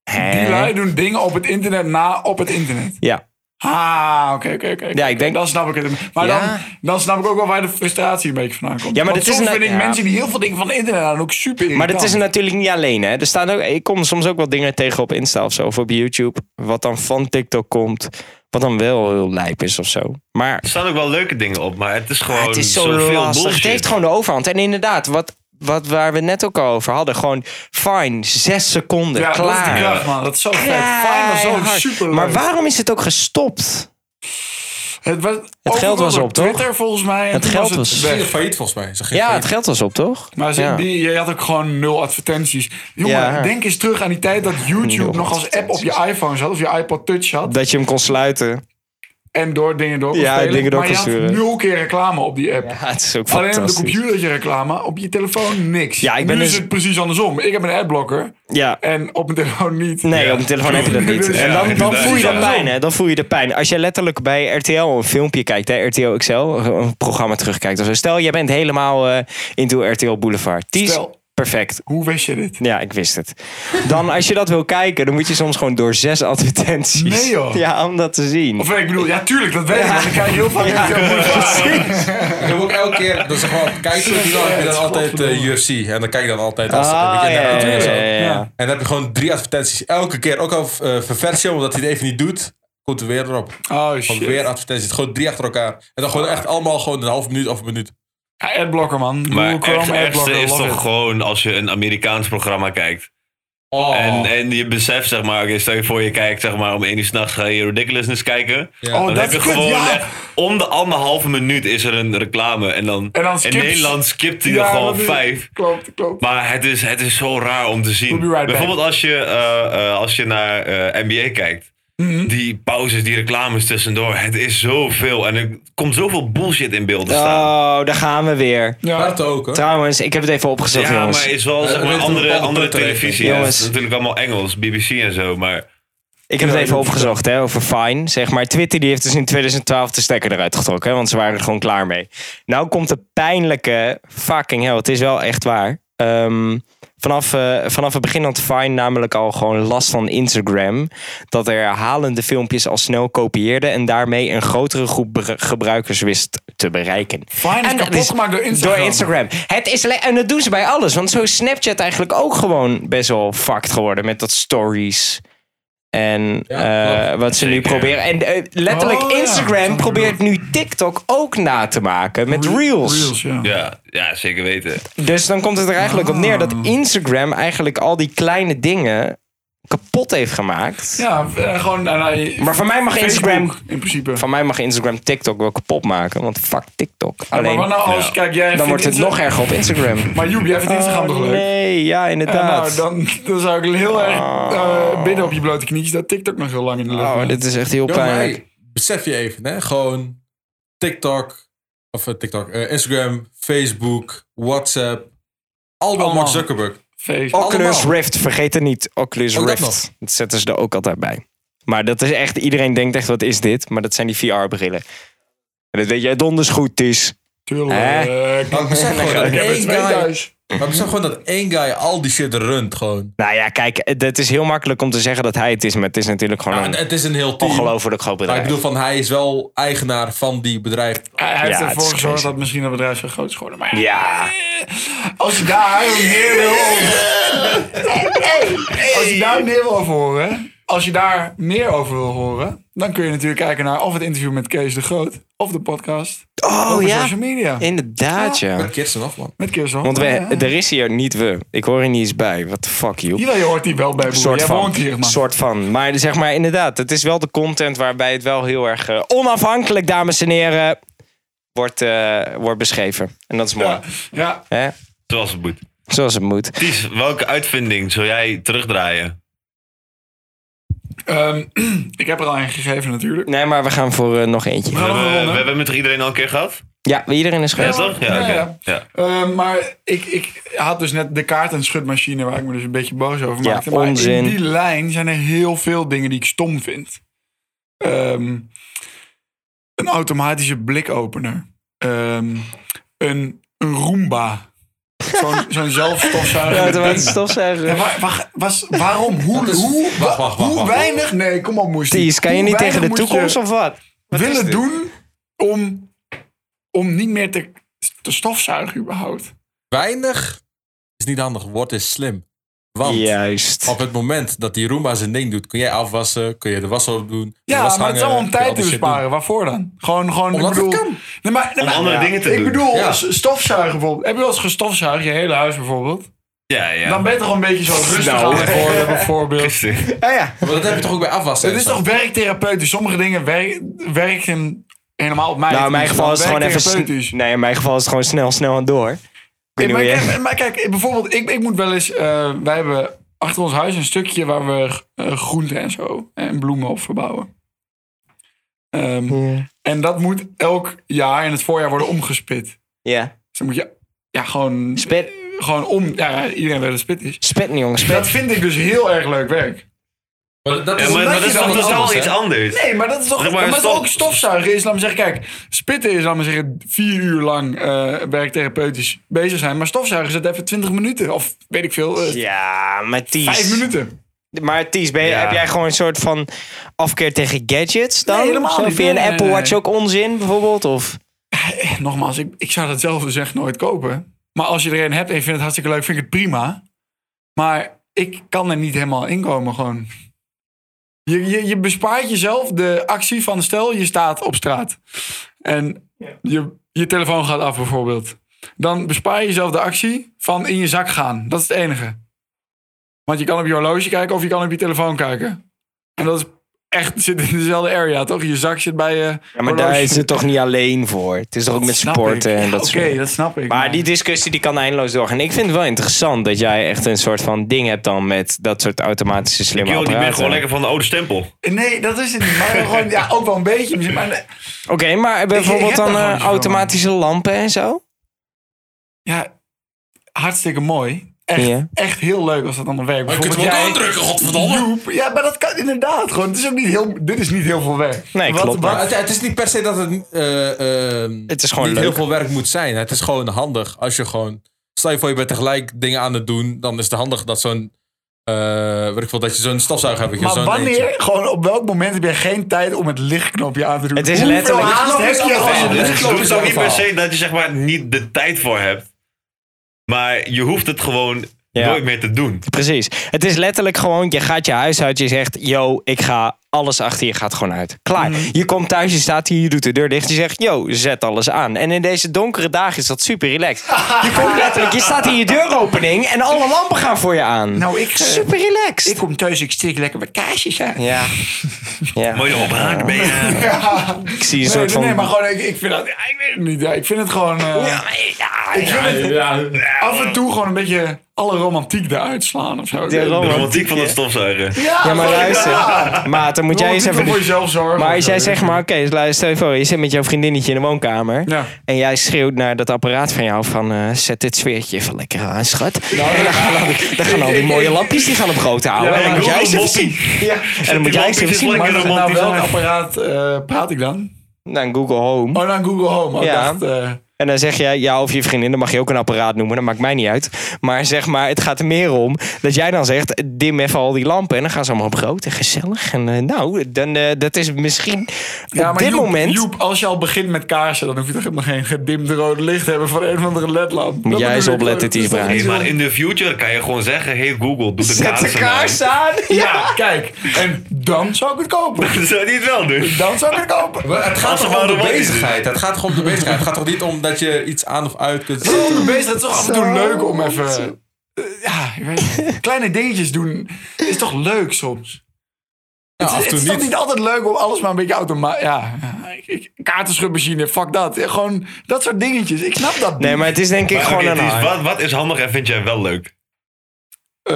Speaker 2: die
Speaker 1: Hè?
Speaker 2: lui doen dingen op het internet na op het internet.
Speaker 1: Ja.
Speaker 2: Ah, oké, oké, oké. oké,
Speaker 1: ik
Speaker 2: oké.
Speaker 1: denk-
Speaker 2: Dan snap ik het. Maar
Speaker 1: Ja.
Speaker 2: dan, dan snap ik ook wel waar de frustratie een beetje vandaan komt.
Speaker 1: Ja, maar
Speaker 2: Want
Speaker 1: dit is
Speaker 2: soms
Speaker 1: een-
Speaker 2: vind ik
Speaker 1: ja.
Speaker 2: mensen die heel veel dingen van het internet aan ook super
Speaker 1: Maar
Speaker 2: irritant.
Speaker 1: dat is natuurlijk niet alleen. Hè? Er staan ook, ik kom soms ook wel dingen tegen op Insta of zo. Of op YouTube. Wat dan van TikTok komt. Wat dan wel heel lijp is of zo. Maar
Speaker 3: Er staan ook wel leuke dingen op, maar het is
Speaker 2: Ah,
Speaker 3: gewoon
Speaker 1: het is zo
Speaker 3: zoveel
Speaker 1: lastig. Het
Speaker 3: bullshit.
Speaker 1: heeft gewoon de overhand. En inderdaad, wat, wat waar we het net ook al over hadden. Gewoon fine, zes seconden.
Speaker 2: Ja, dat is de
Speaker 1: klaar.
Speaker 2: kracht, man. Dat is zo vet. Final
Speaker 1: Keihard.
Speaker 2: zo super
Speaker 1: maar waarom is het ook gestopt?
Speaker 2: Het, was, ook
Speaker 1: geld
Speaker 2: wel
Speaker 1: was
Speaker 2: door
Speaker 1: op, toch?
Speaker 2: Twitter volgens mij. en
Speaker 1: Het
Speaker 2: toen
Speaker 1: geld
Speaker 2: het
Speaker 1: was-
Speaker 2: weg.
Speaker 4: Ze gingen failliet volgens mij. Ze gingen
Speaker 1: Ja, het
Speaker 4: failliet.
Speaker 1: geld was op, toch?
Speaker 2: Maar ze,
Speaker 1: Ja.
Speaker 2: die, je had ook gewoon nul advertenties. Jongen,
Speaker 1: Ja.
Speaker 2: denk eens terug aan die tijd dat YouTube
Speaker 1: Nul
Speaker 2: nog als app op je iPhone zat. Of je iPod Touch had.
Speaker 1: Dat je hem kon sluiten.
Speaker 2: En door dingen door kon
Speaker 1: Ja,
Speaker 2: spelen.
Speaker 1: dingen door
Speaker 2: maar
Speaker 1: kon
Speaker 2: je had
Speaker 1: sturen.
Speaker 2: nul keer reclame op die app.
Speaker 1: Ja, het is ook
Speaker 2: Alleen op de
Speaker 1: fantastisch.
Speaker 2: computertje reclame, op je telefoon niks.
Speaker 1: Ja, ik ben
Speaker 2: nu
Speaker 1: dus-
Speaker 2: is het precies andersom. Ik heb een adblocker
Speaker 1: Ja.
Speaker 2: en op mijn telefoon niet.
Speaker 1: Nee,
Speaker 3: Ja.
Speaker 1: op de telefoon heb je dat niet.
Speaker 2: Dus
Speaker 1: en
Speaker 3: ja,
Speaker 1: dan, dan
Speaker 3: inderdaad.
Speaker 1: voel je dat
Speaker 3: Ja.
Speaker 1: pijn, hè? Dan voel je de pijn. Als je letterlijk bij RTL een filmpje kijkt, hè, RTL XL, een programma terugkijkt of zo. Stel, jij bent helemaal eh into RTL Boulevard. Die is
Speaker 2: Stel.
Speaker 1: perfect.
Speaker 2: Hoe wist je dit?
Speaker 1: Ja, ik wist het. Dan, als je dat wil kijken, dan moet je soms gewoon door zes advertenties.
Speaker 2: Nee, joh.
Speaker 1: Ja, om dat te zien.
Speaker 2: Of ik bedoel, ja, tuurlijk, dat weet ik. want Ik kijk heel vaak
Speaker 1: Ja,
Speaker 2: RTL Boulevard.
Speaker 4: Ik heb ook elke keer, dat is gewoon, kijk, dan heb je dan altijd eh, UFC. En dan kijk je dan altijd als
Speaker 1: Ah,
Speaker 4: een beetje
Speaker 1: ja,
Speaker 4: naar auto
Speaker 1: ja,
Speaker 4: en zo.
Speaker 1: ja, ja, ja.
Speaker 4: En dan heb je gewoon drie advertenties. Elke keer, ook al eh Verversio, omdat hij het even niet doet, komt er weer erop.
Speaker 2: Oh
Speaker 4: Gewoon
Speaker 2: shit.
Speaker 4: weer advertenties. Gewoon drie achter elkaar. En dan gewoon echt allemaal gewoon een half minuut of een minuut.
Speaker 2: Ja, adblocker, man. Google
Speaker 3: Maar het
Speaker 2: Chrome
Speaker 3: ergste
Speaker 2: adblocker.
Speaker 3: is
Speaker 2: love
Speaker 3: toch
Speaker 2: it.
Speaker 3: gewoon als je een Amerikaans programma kijkt.
Speaker 4: Oh.
Speaker 3: En, en je beseft, zeg maar, oké, stel je voor je kijkt, zeg maar, om één uur s'nachts ga je Ridiculousness kijken.
Speaker 4: Ja.
Speaker 2: Oh,
Speaker 3: dan
Speaker 2: dat
Speaker 3: heb je
Speaker 2: is kut,
Speaker 3: gewoon
Speaker 2: ja.
Speaker 3: echt, om de anderhalve minuut is er een reclame. En dan,
Speaker 2: En dan skipt-
Speaker 3: in Nederland skipt hij er gewoon
Speaker 2: dat is-
Speaker 3: vijf.
Speaker 2: Klopt, klopt.
Speaker 3: Maar het is, het is zo raar om te zien.
Speaker 2: We'll be right back.
Speaker 3: Bijvoorbeeld als je, eh, eh, als je naar eh, NBA kijkt.
Speaker 2: Mhm.
Speaker 3: Die pauzes, die reclames tussendoor. Het is zoveel. En er komt zoveel bullshit in beelden staan.
Speaker 1: Oh, daar gaan we weer.
Speaker 2: ja.
Speaker 4: Hart ook, hè?
Speaker 1: Trouwens, ik heb het even opgezocht,
Speaker 3: ja,
Speaker 1: jongens.
Speaker 3: maar is wel zeg
Speaker 4: er
Speaker 3: maar
Speaker 4: heeft een
Speaker 3: andere,
Speaker 4: bepaalde
Speaker 3: andere
Speaker 4: punt erin.
Speaker 3: televisie. Ja,
Speaker 1: Jongens.
Speaker 3: Het is natuurlijk allemaal Engels, BBC en zo. Maar
Speaker 1: Ik heb het even opgezocht hè, over Fine. Zeg maar, Twitter die heeft dus in 2012 de stekker eruit getrokken. Hè, want ze waren er gewoon klaar mee. Nou komt de pijnlijke fucking hell. Het is wel echt waar. Ehm, vanaf, eh, vanaf het begin had Fine namelijk al gewoon last van Instagram. Dat er herhalende filmpjes al snel kopieerden. En daarmee een grotere groep br- gebruikers wist te bereiken.
Speaker 2: Fine is
Speaker 1: En dat
Speaker 2: kapot gemaakt door Instagram.
Speaker 1: Door Instagram. Het is le- en dat doen ze bij alles. Want zo is Snapchat eigenlijk ook gewoon best wel fucked geworden. Met dat stories. En
Speaker 4: Ja,
Speaker 1: eh, wat ze nu
Speaker 3: Zeker.
Speaker 1: proberen. En eh, letterlijk
Speaker 2: Oh, ja.
Speaker 1: Instagram
Speaker 2: Snap ik
Speaker 1: probeert nu TikTok ook na te maken met reels.
Speaker 2: Reels, ja.
Speaker 3: ja, ja zeker weten.
Speaker 1: Dus dan komt het er eigenlijk op neer
Speaker 2: Ah.
Speaker 1: dat Instagram eigenlijk al die kleine dingen kapot heeft gemaakt.
Speaker 2: Ja, eh, gewoon... nou, nou, je-
Speaker 1: Maar van mij mag
Speaker 2: Facebook,
Speaker 1: Instagram-
Speaker 2: In principe.
Speaker 1: Van mij mag Instagram TikTok wel kapot maken. Want fuck Tiktok.
Speaker 2: Ja,
Speaker 1: Alleen
Speaker 2: maar wat nou als,
Speaker 3: Ja.
Speaker 2: kijk, jij
Speaker 1: dan
Speaker 2: vindt
Speaker 1: wordt het
Speaker 2: Insta-
Speaker 1: nog erger op Instagram.
Speaker 2: Maar Joep, jij vindt Instagram toch
Speaker 1: Oh,
Speaker 2: leuk?
Speaker 1: nee, ja
Speaker 2: Ja,
Speaker 1: inderdaad.
Speaker 2: nou, dan, dan zou ik heel erg eh, bidden op je blote knietjes dat TikTok nog heel lang in de lucht
Speaker 1: Ah. Oh,
Speaker 2: blijft.
Speaker 1: dit is echt heel
Speaker 4: Yo, maar
Speaker 1: pijnlijk.
Speaker 4: hey, besef je even, hè? Gewoon TikTok, of eh, TikTok, eh, Instagram, Facebook, WhatsApp. Allemaal Mark
Speaker 2: Allemaal.
Speaker 4: Zuckerberg.
Speaker 2: Facebook.
Speaker 1: Oculus
Speaker 4: Allemaal.
Speaker 1: Rift, vergeet het niet. Oculus
Speaker 4: Ook dat
Speaker 1: Rift.
Speaker 4: nog.
Speaker 1: Dat, zetten ze er ook altijd bij. Maar dat is echt, iedereen denkt echt, wat is dit? Maar dat zijn die VR-brillen. En dat weet jij donders goed, Ties.
Speaker 2: Tuurlijk.
Speaker 1: Hè?
Speaker 2: eh,
Speaker 4: Maar besef gewoon dat
Speaker 2: ik heb er
Speaker 4: één
Speaker 2: twee
Speaker 4: guy,
Speaker 2: thuis.
Speaker 4: Maar ik zag gewoon dat één guy al die shit runt gewoon.
Speaker 1: Nou ja, kijk, het is heel makkelijk om te zeggen dat hij het is. Maar het is natuurlijk gewoon
Speaker 4: Ja, en
Speaker 1: een
Speaker 4: het is een heel team.
Speaker 1: ongelooflijk groot
Speaker 4: Maar
Speaker 1: bedrijf.
Speaker 4: ik bedoel, van hij is wel eigenaar van die bedrijf.
Speaker 2: Hij heeft
Speaker 1: Ja, het
Speaker 2: ervoor
Speaker 1: is
Speaker 2: gezorgd
Speaker 1: crazy.
Speaker 2: dat misschien het bedrijf zo groot is geworden. Maar ja,
Speaker 1: Ja,
Speaker 2: als je daar meer wil over... Als je daar meer wil over horen... Als je daar meer over wil horen... Dan kun je natuurlijk kijken naar of het interview met Kees de Groot... Of de podcast.
Speaker 1: Oh,
Speaker 2: over
Speaker 1: ja.
Speaker 2: social media.
Speaker 1: inderdaad ja.
Speaker 4: Met Kirsten af, man.
Speaker 2: Met Kees de Groot.
Speaker 1: Want we,
Speaker 2: Ja, ja.
Speaker 1: er is hier niet we. Ik hoor hier niet eens bij. What the fuck, joh.
Speaker 2: Jawel, je hoort die wel bij, broer.
Speaker 1: soort
Speaker 2: Jij
Speaker 1: van.
Speaker 2: woont hier, man.
Speaker 1: soort van. Maar zeg maar inderdaad, het is wel de content waarbij het wel heel erg eh, onafhankelijk, dames en heren, wordt, eh, wordt beschreven. En dat is mooi.
Speaker 2: Ja, ja.
Speaker 1: Hè?
Speaker 3: Zoals het moet.
Speaker 1: Zoals het moet.
Speaker 3: Ties, welke uitvinding zou jij terugdraaien?
Speaker 2: Ehm, ik heb er al een gegeven natuurlijk.
Speaker 1: Nee, maar we gaan voor eh, nog eentje.
Speaker 3: We hebben,
Speaker 2: nog een ronde?
Speaker 3: we hebben het toch iedereen al een keer gehad?
Speaker 1: Ja, iedereen is
Speaker 3: Ja,
Speaker 1: geweest.
Speaker 3: toch? Ja,
Speaker 2: Ja,
Speaker 3: oké.
Speaker 2: ja.
Speaker 3: Ja.
Speaker 2: Ehm, maar ik, ik had dus net de kaart- en schudmachine waar ik me dus een beetje boos over
Speaker 1: Ja,
Speaker 2: maakte. maar
Speaker 1: onzin.
Speaker 2: in die lijn zijn er heel veel dingen die ik stom vind. Ehm, een automatische blikopener. Ehm, een, een Roomba. Zo'n zo'n zelfstofzuiger.
Speaker 1: Ja, terwijl het
Speaker 2: ding.
Speaker 1: stofzuiger.
Speaker 2: Ja, wa- wacht, was, waarom? Hoe,
Speaker 4: Dat is-
Speaker 2: hoe,
Speaker 4: wacht, wacht, wacht,
Speaker 2: hoe
Speaker 4: wacht.
Speaker 2: weinig? Nee, kom op, Moestie.
Speaker 1: Ties, kan je
Speaker 2: Hoe
Speaker 1: niet
Speaker 2: weinig
Speaker 1: tegen de
Speaker 2: moet je-
Speaker 1: toekomst of wat? Wat is
Speaker 2: willen
Speaker 1: dit?
Speaker 2: doen om, om niet meer te, te stofzuigen überhaupt.
Speaker 4: Weinig is niet handig. Word is slim. Want
Speaker 1: Juist.
Speaker 4: op het moment dat die Roomba zijn ding doet, kun jij afwassen, kun je de was op doen. de was
Speaker 2: Ja, maar het
Speaker 4: hangen,
Speaker 2: is allemaal om
Speaker 4: kun je al
Speaker 2: tijd te
Speaker 4: die shit doen.
Speaker 2: besparen. Waarvoor dan? Gewoon, gewoon
Speaker 4: Omdat
Speaker 2: ik
Speaker 4: het
Speaker 2: bedoel...
Speaker 4: kan.
Speaker 2: Nee, maar, nee,
Speaker 3: Om
Speaker 2: maar-
Speaker 3: andere dingen te
Speaker 2: ik
Speaker 3: doen.
Speaker 2: bedoel,
Speaker 4: Ja.
Speaker 2: s- stofzuigen bijvoorbeeld. Heb je wel eens gestofzuigd, je hele huis bijvoorbeeld?
Speaker 3: Ja, ja.
Speaker 2: Dan ben je toch een beetje zo rustig
Speaker 1: Nou.
Speaker 2: aan het worden, bijvoorbeeld.
Speaker 3: Gisteren.
Speaker 1: Ah ja.
Speaker 4: Maar dat heb je toch ook bij afwassen?
Speaker 2: Het is toch werktherapeutisch? Sommige dingen wer- werken helemaal op mij.
Speaker 1: Nou, in mijn geval is het gewoon even...
Speaker 2: Werktherapeutisch.
Speaker 1: sn- Nee, in mijn geval is het gewoon snel, snel en door. Ik weet niet
Speaker 2: maar,
Speaker 1: hoe jij-
Speaker 2: kijk, maar kijk, bijvoorbeeld, ik, ik moet wel eens. eh, wij hebben achter ons huis een stukje waar we eh, groenten en zo eh, en bloemen op verbouwen. Ehm,
Speaker 1: Ja.
Speaker 2: En dat moet elk jaar in het voorjaar worden omgespit.
Speaker 1: Ja.
Speaker 2: Dus dan moet je ja, gewoon,
Speaker 1: Spit.
Speaker 2: gewoon om. Ja, iedereen weet dat spit is.
Speaker 1: Spit niet, jongen. Spit.
Speaker 2: Dat vind ik dus heel erg leuk werk.
Speaker 4: Maar dat
Speaker 3: Ja,
Speaker 4: is,
Speaker 3: maar, maar dat is
Speaker 2: dan
Speaker 3: toch
Speaker 2: wat
Speaker 3: dat is wel
Speaker 4: anders,
Speaker 3: iets
Speaker 4: hè?
Speaker 3: anders?
Speaker 2: Nee, maar dat is toch.
Speaker 3: Zeg maar,
Speaker 2: maar dat is
Speaker 3: stof-
Speaker 2: ook stofzuigen is, laat me zeggen, kijk, spitten is, laat me zeggen, vier uur lang eh, werktherapeutisch bezig zijn. Maar stofzuigen zit even 20 minuten. Of weet ik veel, eh,
Speaker 1: Ja, maar Ties.
Speaker 2: vijf minuten.
Speaker 1: Maar Ties, ben je-
Speaker 3: Ja.
Speaker 1: heb jij gewoon een soort van afkeer tegen gadgets dan?
Speaker 2: Nee, helemaal
Speaker 1: Zo,
Speaker 2: niet.
Speaker 1: Vind je
Speaker 2: Nee,
Speaker 1: een
Speaker 2: nee,
Speaker 1: Apple
Speaker 2: nee.
Speaker 1: Watch ook onzin bijvoorbeeld? Of?
Speaker 2: Eh, nogmaals, ik, ik zou dat zelf dus echt nooit kopen. Maar als je er een hebt en je vindt het hartstikke leuk, vind ik het prima. Maar ik kan er niet helemaal in komen gewoon. Je, je, je bespaart jezelf de actie van stel je staat op straat. En je, je telefoon gaat af bijvoorbeeld. Dan bespaar je jezelf de actie van in je zak gaan. Dat is het enige. Want je kan op je horloge kijken of je kan op je telefoon kijken. En dat is echt zit in dezelfde area, toch? Je zak zit bij je
Speaker 1: Ja, maar daar
Speaker 2: horloge.
Speaker 1: is het toch niet alleen voor? Het is toch ook met
Speaker 2: Dat snap
Speaker 1: sporten
Speaker 2: ik.
Speaker 1: en
Speaker 2: Ja,
Speaker 1: dat
Speaker 2: Oké,
Speaker 1: soort
Speaker 2: dat snap ik.
Speaker 1: Maar die discussie die kan eindeloos doorgaan. Ik vind het wel interessant dat jij echt een soort van ding hebt dan met dat soort automatische slimme
Speaker 3: Yo, die ben
Speaker 1: apparaten.
Speaker 3: gewoon lekker van de oude stempel.
Speaker 2: Nee, dat is het niet. Maar gewoon, ja, ook wel een beetje. misschien, Maar nee.
Speaker 1: Oké, maar bijvoorbeeld
Speaker 2: heb daar
Speaker 1: dan
Speaker 2: gewoon
Speaker 1: eh,
Speaker 2: niet zo
Speaker 1: automatische lampen en zo?
Speaker 2: ja, hartstikke mooi. Echt,
Speaker 1: Ja.
Speaker 2: echt heel leuk als dat allemaal werkt.
Speaker 4: Maar je kunt hem ook
Speaker 2: Bijvoorbeeld jij-
Speaker 4: aandrukken, godverdomme.
Speaker 2: Joep. Ja, maar dat kan inderdaad gewoon. Het is ook niet heel, dit is niet heel veel werk.
Speaker 1: Nee,
Speaker 2: Wat-
Speaker 1: klopt.
Speaker 2: wat-
Speaker 4: Maar het, het is niet per se dat het, eh, eh,
Speaker 1: Het is gewoon
Speaker 4: niet
Speaker 1: leuk.
Speaker 4: heel veel werk moet zijn. Het is gewoon handig als je gewoon... Stel je voor je bent tegelijk dingen aan het doen. Dan is het handig dat zo'n... eh weet ik veel, dat je zo'n stofzuiger hebt.
Speaker 2: maar
Speaker 4: zo'n
Speaker 2: wanneer,
Speaker 4: eentje.
Speaker 2: gewoon op welk moment heb je geen tijd om het lichtknopje aan te doen?
Speaker 1: Het is
Speaker 2: Hoeveel
Speaker 1: letterlijk-
Speaker 2: haast
Speaker 4: Lichtknop
Speaker 2: heb
Speaker 4: is
Speaker 2: je
Speaker 4: allemaal
Speaker 2: als je
Speaker 4: wel.
Speaker 2: het
Speaker 4: Ja,
Speaker 3: Het
Speaker 4: klopt,
Speaker 2: lichtknopje
Speaker 3: hoeft
Speaker 4: is ook
Speaker 3: ook niet per
Speaker 4: een verhaal.
Speaker 3: se dat je zeg maar niet de tijd voor hebt. Maar je hoeft het gewoon
Speaker 1: Ja.
Speaker 3: nooit meer te doen.
Speaker 1: Precies. Het is letterlijk gewoon, je gaat je huis uit, je zegt, yo, ik ga, alles achter je gaat gewoon uit. Klaar.
Speaker 2: Mhm.
Speaker 1: Je komt thuis, je staat hier, je doet de deur dicht, je zegt, yo, zet alles aan. En in deze donkere dagen is dat super relaxed. Je komt letterlijk, je staat in je deuropening en alle lampen gaan voor je aan.
Speaker 2: Nou, ik, eh,
Speaker 1: Super relaxed.
Speaker 2: Ik kom thuis, ik steek lekker wat kaarsjes aan.
Speaker 1: Ja. ja.
Speaker 3: Mooi op haak ben je.
Speaker 1: Ik zie een
Speaker 2: Nee,
Speaker 1: soort
Speaker 2: nee,
Speaker 1: van...
Speaker 2: nee, maar gewoon, ik, ik vind dat, ja, ik weet het niet. Ja, ik vind het gewoon... eh,
Speaker 1: Ja, ja,
Speaker 2: ik
Speaker 1: ja.
Speaker 2: vind het,
Speaker 3: Ja,
Speaker 2: af en toe gewoon een beetje alle romantiek eruit slaan of zo.
Speaker 1: De
Speaker 3: De
Speaker 1: romantiek,
Speaker 3: romantiek van
Speaker 1: hè?
Speaker 3: het stofzuigen.
Speaker 1: Ja, maar luister. Maat, dan moet jij eens even...
Speaker 2: voor jezelf zorgen.
Speaker 1: Maar als jij
Speaker 2: Zo.
Speaker 1: zegt maar, oké, dus luister, stel je voor, je zit met jouw vriendinnetje in de woonkamer.
Speaker 2: Ja.
Speaker 1: En jij schreeuwt naar dat apparaat van jou van, eh, zet dit sfeertje even lekker aan, schat. en dan gaan, al- dan gaan al die mooie lampjes, die gaan op grote houden.
Speaker 2: Ja,
Speaker 1: en dan
Speaker 2: ik
Speaker 1: moet jij
Speaker 3: wil
Speaker 1: ze
Speaker 3: een
Speaker 1: even zien. Ja. En dan moet
Speaker 3: die
Speaker 1: jij ze even
Speaker 3: lampjes
Speaker 1: zien.
Speaker 3: lekker
Speaker 1: Maar
Speaker 2: Nou,
Speaker 3: romantisch
Speaker 2: welk
Speaker 3: zijn.
Speaker 2: apparaat eh, praat ik dan?
Speaker 1: dan Nou, Google Home.
Speaker 2: Oh, dan Google Home. Oh, ik
Speaker 1: Ja.
Speaker 2: dacht, eh,
Speaker 1: En dan zeg jij, ja, of je vriendin, dan mag je ook een apparaat noemen, dat maakt mij niet uit. Maar zeg maar, het gaat er meer om dat jij dan zegt, dim even al die lampen. En dan gaan ze allemaal op rood en gezellig. En eh, nou, dan, eh, dat is misschien op dit
Speaker 2: Joep,
Speaker 1: moment...
Speaker 2: Joep, als je al begint met kaarsen, dan hoef je toch helemaal geen gedimd rode licht te hebben van een of andere ledlamp.
Speaker 1: Moet
Speaker 2: Dat
Speaker 1: jij eens
Speaker 2: bedoel ik.
Speaker 1: opletten,
Speaker 2: Dat is toch
Speaker 1: Tiefraad.
Speaker 2: niet
Speaker 3: Hey,
Speaker 2: zo-
Speaker 3: maar in de future kan je gewoon zeggen: hey Google, doe de
Speaker 1: Zet de
Speaker 3: kaarsen
Speaker 1: kaars
Speaker 3: aan.
Speaker 1: aan! Ja.
Speaker 2: Ja, kijk. En dan zou ik het kopen.
Speaker 3: Dat zou die het wel doen.
Speaker 2: Dan zou ik het kopen.
Speaker 4: Maar het gaat
Speaker 3: Als het
Speaker 4: toch om de
Speaker 3: maar romantisch is.
Speaker 4: bezigheid. Het gaat gewoon om de bezigheid. Het gaat toch niet om dat je iets aan of uit kunt zetten.
Speaker 2: De beesten, het is toch af en toe leuk om even... Eh, ja, ik weet niet. kleine dingetjes doen is toch leuk soms?
Speaker 4: Ja,
Speaker 2: het,
Speaker 4: af
Speaker 2: is-
Speaker 4: en
Speaker 2: het is
Speaker 4: toe
Speaker 2: toch niet
Speaker 4: niet.
Speaker 2: altijd leuk om alles maar een beetje automatisch... Ja, ja, ik- ik- kaartenschubmachine, fuck dat. Ja, Gewoon dat soort dingetjes. Ik snap dat
Speaker 1: Nee, maar het is denk ik
Speaker 3: Maar
Speaker 1: gewoon
Speaker 3: oké,
Speaker 1: een
Speaker 3: Ties,
Speaker 1: haar.
Speaker 3: wat, wat is handig en vind jij wel leuk?
Speaker 2: Eh,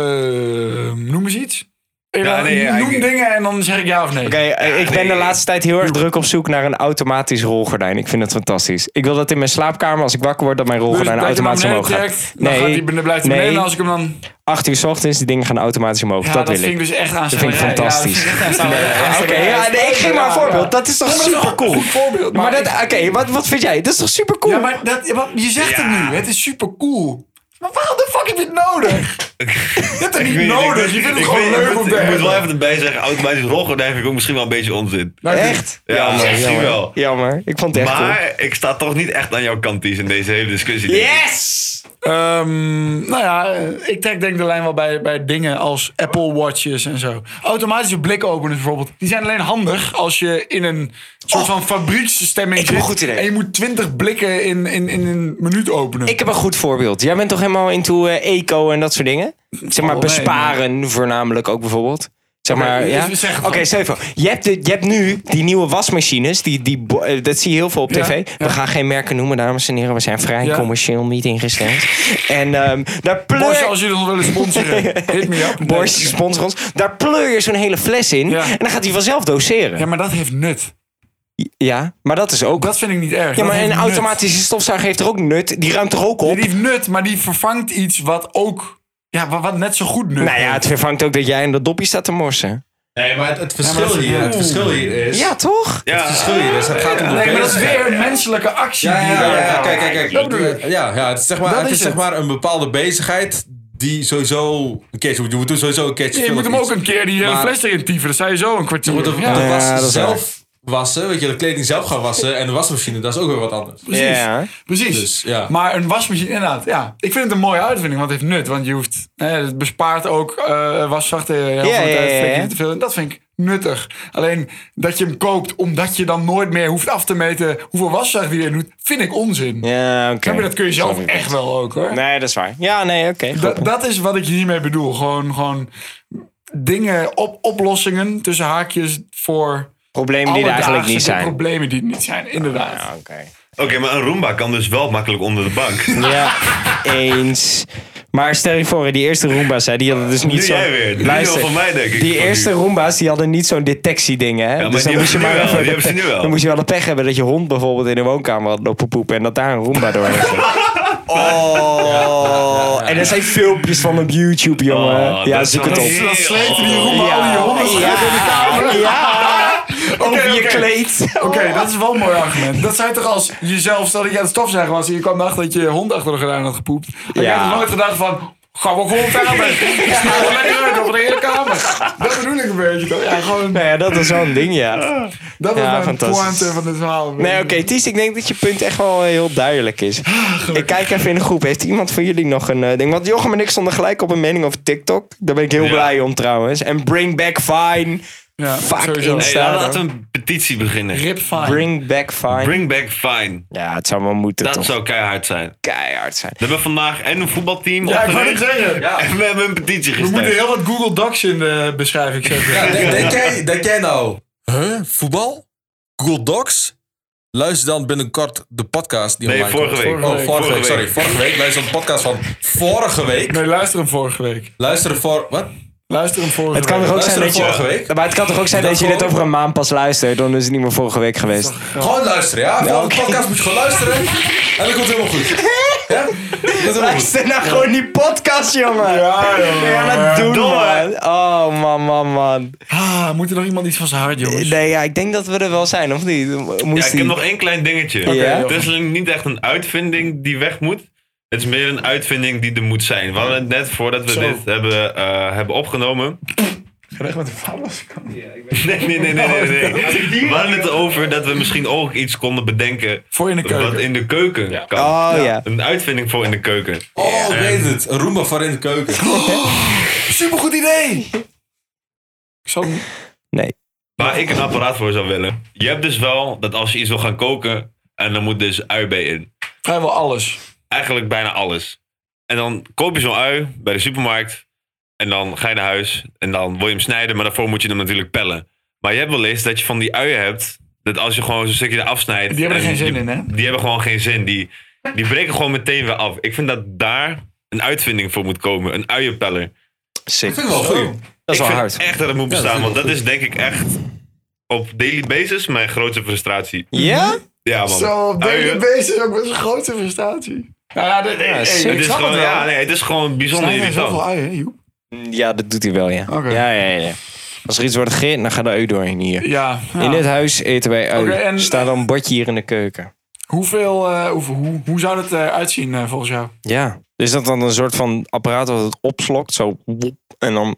Speaker 2: noem eens iets. Ik
Speaker 3: Ja,
Speaker 2: wil-
Speaker 3: nee, ja,
Speaker 2: noem
Speaker 3: ik-
Speaker 2: dingen en dan zeg ik ja of nee.
Speaker 1: Oké, eh, ik ben de
Speaker 3: nee.
Speaker 1: laatste tijd heel erg druk op zoek naar een automatisch rolgordijn. Ik vind dat fantastisch. Ik wil dat in mijn slaapkamer, als ik wakker word, dat mijn
Speaker 2: Dus
Speaker 1: rolgordijn
Speaker 2: dat je hem
Speaker 1: automatisch omhoog
Speaker 2: naar beneden
Speaker 1: gaat.
Speaker 2: trekt, dan gaat hij- dan blijft hij beneden.
Speaker 1: nee,
Speaker 2: En als ik hem dan...
Speaker 1: acht uur 's ochtends, die dingen gaan automatisch omhoog.
Speaker 2: Ja,
Speaker 1: dat,
Speaker 2: dat
Speaker 1: wil
Speaker 2: vind
Speaker 1: ik.
Speaker 2: ik dus echt aanstaan.
Speaker 1: vind ik fantastisch. Oké, ja, nee, ik geef maar een voorbeeld. Dat is toch super cool.
Speaker 2: Goed voorbeeld.
Speaker 1: Maar dat,
Speaker 2: ik-
Speaker 1: oké, wat, wat vind jij? Dat is toch super cool?
Speaker 2: Ja, maar dat, wat, je zegt
Speaker 3: Ja.
Speaker 2: het nu. Het is super cool. Maar waarom de fuck heb je het nodig? Je hebt het
Speaker 3: Ik
Speaker 2: niet
Speaker 3: weet-
Speaker 2: nodig.
Speaker 3: ik-
Speaker 2: je vindt
Speaker 3: ik
Speaker 2: het gewoon
Speaker 3: weet- ik
Speaker 2: leuk
Speaker 3: moet-
Speaker 2: om te
Speaker 3: Ik moet wel
Speaker 2: hebben.
Speaker 3: even erbij zeggen: automatisch rolgordijn vind ik ook misschien wel een beetje onzin.
Speaker 1: echt?
Speaker 3: Ja, misschien wel.
Speaker 1: Jammer, ik vond het Nou, echt cool.
Speaker 3: Maar ik sta toch niet echt aan jouw kant, Ties, in deze hele discussie. denk ik.
Speaker 1: Yes!
Speaker 2: Ehm, nou ja, eh, ik trek denk de lijn wel bij, bij dingen als Apple Watches en zo. Automatische blikopeners bijvoorbeeld. Die zijn alleen handig als je in een soort van fabrieksstemming
Speaker 1: Oh. ik
Speaker 2: zit.
Speaker 1: heb een goed idee.
Speaker 2: En je moet twintig blikken in, in, in een minuut openen.
Speaker 1: Ik heb een goed voorbeeld. Jij bent toch helemaal into eh, eco en dat soort dingen? Zeg maar
Speaker 2: Oh, nee,
Speaker 1: besparen voornamelijk ook bijvoorbeeld. Zeg
Speaker 2: Oké,
Speaker 1: maar,
Speaker 2: dus
Speaker 1: ja?
Speaker 2: we zeggen
Speaker 1: Oké,
Speaker 2: gewoon-
Speaker 1: stel je voor. Je hebt, de, je hebt nu die nieuwe wasmachines. Die, die, bo- eh, dat zie je heel veel op
Speaker 2: Ja,
Speaker 1: tv. We
Speaker 2: ja.
Speaker 1: gaan geen merken noemen, dames en heren. We zijn vrij
Speaker 2: Ja.
Speaker 1: commercieel niet ingesteld. en ehm daar
Speaker 2: Bosch,
Speaker 1: pleur...
Speaker 2: als jullie ons willen sponsoren, hit me up.
Speaker 1: Bosch, sponsor ons. Daar pleur je zo'n hele fles in.
Speaker 2: Ja.
Speaker 1: En dan gaat hij vanzelf doseren.
Speaker 2: Ja,
Speaker 1: Ja,
Speaker 2: maar dat heeft nut.
Speaker 1: maar dat is ook...
Speaker 2: Dat vind ik niet erg.
Speaker 1: ja,
Speaker 2: Dat
Speaker 1: maar
Speaker 2: heeft
Speaker 1: een
Speaker 2: nut.
Speaker 1: automatische stofzuiger heeft er ook nut. Die ruimt er ook op.
Speaker 2: Die heeft nut, maar die vervangt iets wat ook... Ja, wat, wat net zo goed nut
Speaker 1: Nou ja, het
Speaker 2: heeft.
Speaker 1: vervangt ook dat jij in dat dopje staat te morsen.
Speaker 4: Nee, maar het, het verschil
Speaker 2: dat is-
Speaker 4: hier, het
Speaker 2: Oeh.
Speaker 4: verschil hier is.
Speaker 1: Ja, toch?
Speaker 3: Ja,
Speaker 4: Het verschil hier is. Het gaat om de
Speaker 2: Nee, maar dat is
Speaker 4: bezigheid.
Speaker 2: weer een menselijke actie.
Speaker 4: Ja,
Speaker 2: die
Speaker 4: ja,
Speaker 2: je
Speaker 4: ja,
Speaker 2: daar-
Speaker 4: ja, kijk, kijk, kijk.
Speaker 2: Dat bedoel ik.
Speaker 4: Ja, ja, het is zeg maar,
Speaker 2: Dat
Speaker 4: het
Speaker 2: is
Speaker 4: is zeg
Speaker 2: het.
Speaker 4: maar een bepaalde bezigheid die sowieso een keertje moet. Je moet er sowieso een keertje.
Speaker 2: Ja, je moet hem
Speaker 4: vullen
Speaker 2: ook een keer die hele
Speaker 4: Maar-
Speaker 2: fles erin tyven. Dat zei je zo een kwartier.
Speaker 4: Je moet hem
Speaker 2: ja.
Speaker 4: de
Speaker 1: Ja,
Speaker 4: was
Speaker 1: dat is
Speaker 4: zelf wassen, weet je, de kleding zelf gaan wassen en de wasmachine, dat is ook weer wat anders.
Speaker 2: Precies.
Speaker 1: Ja.
Speaker 2: Precies.
Speaker 4: Dus, ja.
Speaker 2: Maar een wasmachine, inderdaad. Ja. Ik vind het een mooie uitvinding, want het heeft nut. Want je hoeft, hè, het bespaart ook eh waszachte heel
Speaker 1: Ja,
Speaker 2: veel
Speaker 1: ja,
Speaker 2: tijd.
Speaker 1: ja,
Speaker 2: flik je
Speaker 1: ja.
Speaker 2: niet te veel in. Dat vind ik nuttig. Alleen dat je hem koopt omdat je dan nooit meer hoeft af te meten hoeveel waszacht die erin doet, vind ik onzin.
Speaker 1: Ja, oké.
Speaker 2: Ja, maar dat kun je zelf
Speaker 1: Sorry.
Speaker 2: echt wel ook hoor.
Speaker 1: Nee, dat is waar. Ja, nee, oké.
Speaker 2: Da- dat is wat ik hiermee bedoel. Gewoon, gewoon dingen, op, oplossingen tussen haakjes voor
Speaker 1: Problemen die er eigenlijk niet
Speaker 2: alledaagse
Speaker 1: zijn.
Speaker 2: problemen die er niet zijn, inderdaad.
Speaker 1: Ja, oké.
Speaker 3: Oké, maar een Roomba kan dus wel makkelijk onder de bank.
Speaker 1: Ja, eens. Maar stel je voor, die eerste Roomba's, hè, die hadden dus niet
Speaker 3: Nu
Speaker 1: zo...
Speaker 3: jij weer. Nu
Speaker 1: Luister,
Speaker 3: wel van mij, denk ik.
Speaker 1: die
Speaker 3: Van
Speaker 1: eerste
Speaker 3: nu.
Speaker 1: Roomba's, die hadden niet zo'n detectieding, hè.
Speaker 3: maar
Speaker 1: dus dan
Speaker 3: die
Speaker 1: moest je
Speaker 3: hebben
Speaker 1: maar
Speaker 3: ze nu
Speaker 1: even...
Speaker 3: wel. Die hebben ze nu wel.
Speaker 1: Dan moest je wel de pech hebben dat je hond bijvoorbeeld in de woonkamer had lopen poepen... en dat daar een Roomba doorheen ging. Oh, en er zijn filmpjes van op YouTube, jongen.
Speaker 3: Oh,
Speaker 1: ja,
Speaker 3: dat is
Speaker 1: zoek
Speaker 3: wel
Speaker 1: het op.
Speaker 3: heel-
Speaker 2: Dan sleept Dus die roem
Speaker 1: Ja.
Speaker 2: al die honden
Speaker 1: Ja.
Speaker 2: in de kamer.
Speaker 1: Ja,
Speaker 2: Oké,
Speaker 1: over je
Speaker 2: oké.
Speaker 1: kleed. Oh.
Speaker 2: Oké, dat is wel een mooi argument. Dat zou je toch als jezelf, stel dat je aan het stofzuigen was en je kwam erachter dat je je hond achter de gordijn had gepoept. En je
Speaker 1: Ja.
Speaker 2: had nooit gedacht van, ga we gewoon verder. Ik sta gewoon lekker uit over de hele kamer. Dat bedoel ik een beetje toch? Ja, gewoon,
Speaker 1: Nou ja, dat is wel een ding, ja.
Speaker 2: dat was
Speaker 1: Ja,
Speaker 2: mijn
Speaker 1: fantastisch.
Speaker 2: pointe van dit verhaal.
Speaker 1: Nee, oké, Ties, ik denk dat je punt echt wel eh, heel duidelijk is. Ik kijk even in de groep. Heeft iemand van jullie nog een eh, ding? Want Jochem en ik stonden gelijk op een mening over TikTok. Daar ben ik heel
Speaker 3: Ja.
Speaker 1: blij om trouwens. En Bring Back Fine.
Speaker 2: Ja,
Speaker 1: Fuck
Speaker 2: sowieso.
Speaker 1: Insta.
Speaker 3: Hey,
Speaker 1: Staat
Speaker 3: laten we
Speaker 1: er.
Speaker 3: een petitie beginnen.
Speaker 2: Rip fine.
Speaker 1: Bring Back Fine.
Speaker 3: Bring back fine.
Speaker 1: Ja, het zou wel moeten
Speaker 3: Dat
Speaker 1: toch
Speaker 3: zou keihard zijn.
Speaker 1: keihard zijn.
Speaker 3: We hebben vandaag en een voetbalteam
Speaker 2: Ja, ik wou
Speaker 3: opgericht
Speaker 2: het zeggen.
Speaker 3: En we hebben een petitie
Speaker 2: We moeten
Speaker 3: gestart.
Speaker 2: heel wat Google Docs in de beschrijving zetten.
Speaker 4: Ja, denk, denk jij, denk jij nou, huh, voetbal? Google Docs? Luister dan binnenkort de podcast die
Speaker 3: Nee,
Speaker 4: online
Speaker 3: vorige
Speaker 4: komt.
Speaker 3: week.
Speaker 4: Oh, vorige,
Speaker 3: Vorige
Speaker 4: week,
Speaker 3: week.
Speaker 4: sorry. Vorige week. Luister dan de podcast van vorige week.
Speaker 2: Nee, luister hem vorige week.
Speaker 4: Luister voor... Wat?
Speaker 2: Luister hem vorige
Speaker 1: Het kan
Speaker 2: week.
Speaker 1: toch ook
Speaker 4: Luister
Speaker 1: zijn dat
Speaker 4: hem
Speaker 1: je...
Speaker 4: vorige week.
Speaker 1: Maar het kan toch ook zijn dat,
Speaker 4: Dat
Speaker 1: je dit
Speaker 4: gewoon.
Speaker 1: over een maand pas luistert. Dan is het niet meer vorige week geweest.
Speaker 4: Gewoon luisteren, ja? Voor
Speaker 1: oké.
Speaker 4: de podcast moet je gewoon luisteren. En dat komt helemaal goed. Ja? Dat komt helemaal goed.
Speaker 1: Luister nou gewoon die podcast, jongen. Ja, jongen. Ja, dat doen,
Speaker 3: Doe
Speaker 1: man. Oh, man, man, man.
Speaker 2: Ah, moet er nog iemand iets van zijn hart, jongens?
Speaker 1: Nee, ja, ik denk dat we er wel zijn, of niet? Moest
Speaker 3: Ja, ik
Speaker 1: die?
Speaker 3: heb nog één klein dingetje.
Speaker 1: Ja?
Speaker 3: Het is niet echt een uitvinding die weg moet. Het is meer een uitvinding die er moet zijn. We hadden het net voordat we
Speaker 2: Zo.
Speaker 3: dit hebben, eh, hebben opgenomen.
Speaker 2: Gerecht met de vallers.
Speaker 3: Nee, nee, nee, nee, nee. nee. We hadden het over dat we misschien ook iets konden bedenken.
Speaker 2: Voor in de keuken.
Speaker 3: Wat in de keuken kan.
Speaker 1: Oh, ja.
Speaker 3: Een uitvinding voor in de keuken.
Speaker 4: Oh, ik weet het. Een Roomba voor in de keuken.
Speaker 2: Oh, Supergoed idee! Ik zal hem-
Speaker 1: Nee.
Speaker 3: Waar ik een apparaat voor zou willen. Je hebt dus wel dat als je iets wil gaan koken. En dan moet dus ui bij in.
Speaker 2: vrijwel alles.
Speaker 3: Eigenlijk bijna alles. En dan koop je zo'n ui bij de supermarkt. En dan ga je naar huis. En dan wil je hem snijden. Maar daarvoor moet je hem natuurlijk pellen. Maar je hebt wel eens dat je van die uien hebt. Dat als je gewoon zo'n stukje eraf snijdt.
Speaker 2: Die hebben er
Speaker 3: en
Speaker 2: geen zin
Speaker 3: die-
Speaker 2: in, hè?
Speaker 3: Die hebben gewoon geen zin. Die, die breken gewoon meteen weer af. Ik vind dat daar een uitvinding voor moet komen. Een uienpeller.
Speaker 1: Sick.
Speaker 4: vind ik wel goed.
Speaker 1: Dat is
Speaker 3: ik
Speaker 1: wel
Speaker 3: vind
Speaker 1: hard.
Speaker 3: echt dat het moet bestaan,
Speaker 4: dat
Speaker 3: want
Speaker 4: vind ik
Speaker 3: dat is denk ik echt op daily basis mijn grootste frustratie.
Speaker 1: Ja?
Speaker 3: Ah, Ja, man. Uien.
Speaker 2: beest is ook best een grote frustratie. Nou ja, dit- hey, hey,
Speaker 1: sick.
Speaker 3: het
Speaker 2: ik
Speaker 3: is
Speaker 2: snap het
Speaker 3: gewoon,
Speaker 2: wel.
Speaker 3: ja, nee, het is gewoon bijzonder
Speaker 2: Snijden zoveel
Speaker 3: irritant.
Speaker 2: uien, hè, Joep?
Speaker 1: Ja, dat doet hij wel, ja.
Speaker 2: Oké.
Speaker 1: Mhm. Ja, ja, ja, ja. Als er iets wordt gegeten, dan gaat de ui doorheen hier.
Speaker 2: Ja. ja.
Speaker 1: In dit huis eten wij ui.
Speaker 2: Oké, en-
Speaker 1: Staat dan een bordje hier in de keuken.
Speaker 2: Hoeveel, eh, hoe, hoe, hoe zou dat eruit zien eh, volgens jou?
Speaker 1: Ja. Is dat dan een soort van apparaat wat het opslokt? Zo. woep, En dan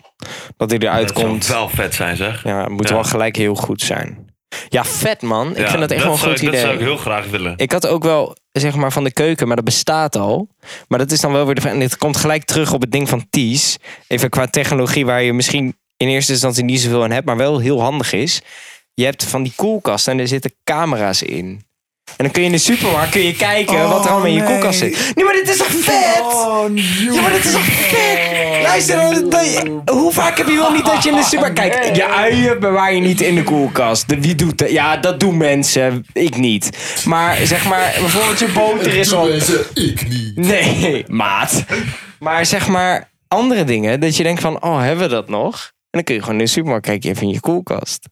Speaker 1: dat hij eruit
Speaker 3: Het zou
Speaker 1: komt.
Speaker 3: wel vet zijn, zeg.
Speaker 1: Ja, het moet
Speaker 3: Ja.
Speaker 1: wel gelijk heel goed zijn. Ja, vet man. Ik
Speaker 3: Ja,
Speaker 1: vind dat echt wel een
Speaker 3: zou
Speaker 1: goed
Speaker 3: ik-
Speaker 1: idee.
Speaker 3: Dat zou ik heel graag willen.
Speaker 1: Ik had ook wel, zeg maar, van de keuken, maar dat bestaat al. Maar dat is dan wel weer de... En dit komt gelijk terug op het ding van Ties. Even qua technologie waar je misschien in eerste instantie niet zoveel aan hebt, maar wel heel handig is. Je hebt van die koelkasten en er zitten camera's in. En dan kun je in de supermarkt kun je kijken
Speaker 2: Oh,
Speaker 1: wat er allemaal in je
Speaker 2: nee. Oh.
Speaker 1: koelkast zit. Nee, maar dit is toch vet? Ja, maar dit is toch vet? Luister, dat- dat- hoe vaak heb je wel niet dat je in de super... Kijk, je uien bewaar je niet in de koelkast. De, wie doet dat? Ja, dat doen mensen. Ik niet. Maar zeg maar, bijvoorbeeld je boter is op...
Speaker 4: ik niet.
Speaker 1: Nee, maat. Maar zeg maar, andere dingen, dat je denkt van, oh, hebben we dat nog? En dan kun je gewoon in de supermarkt kijken, even in je koelkast.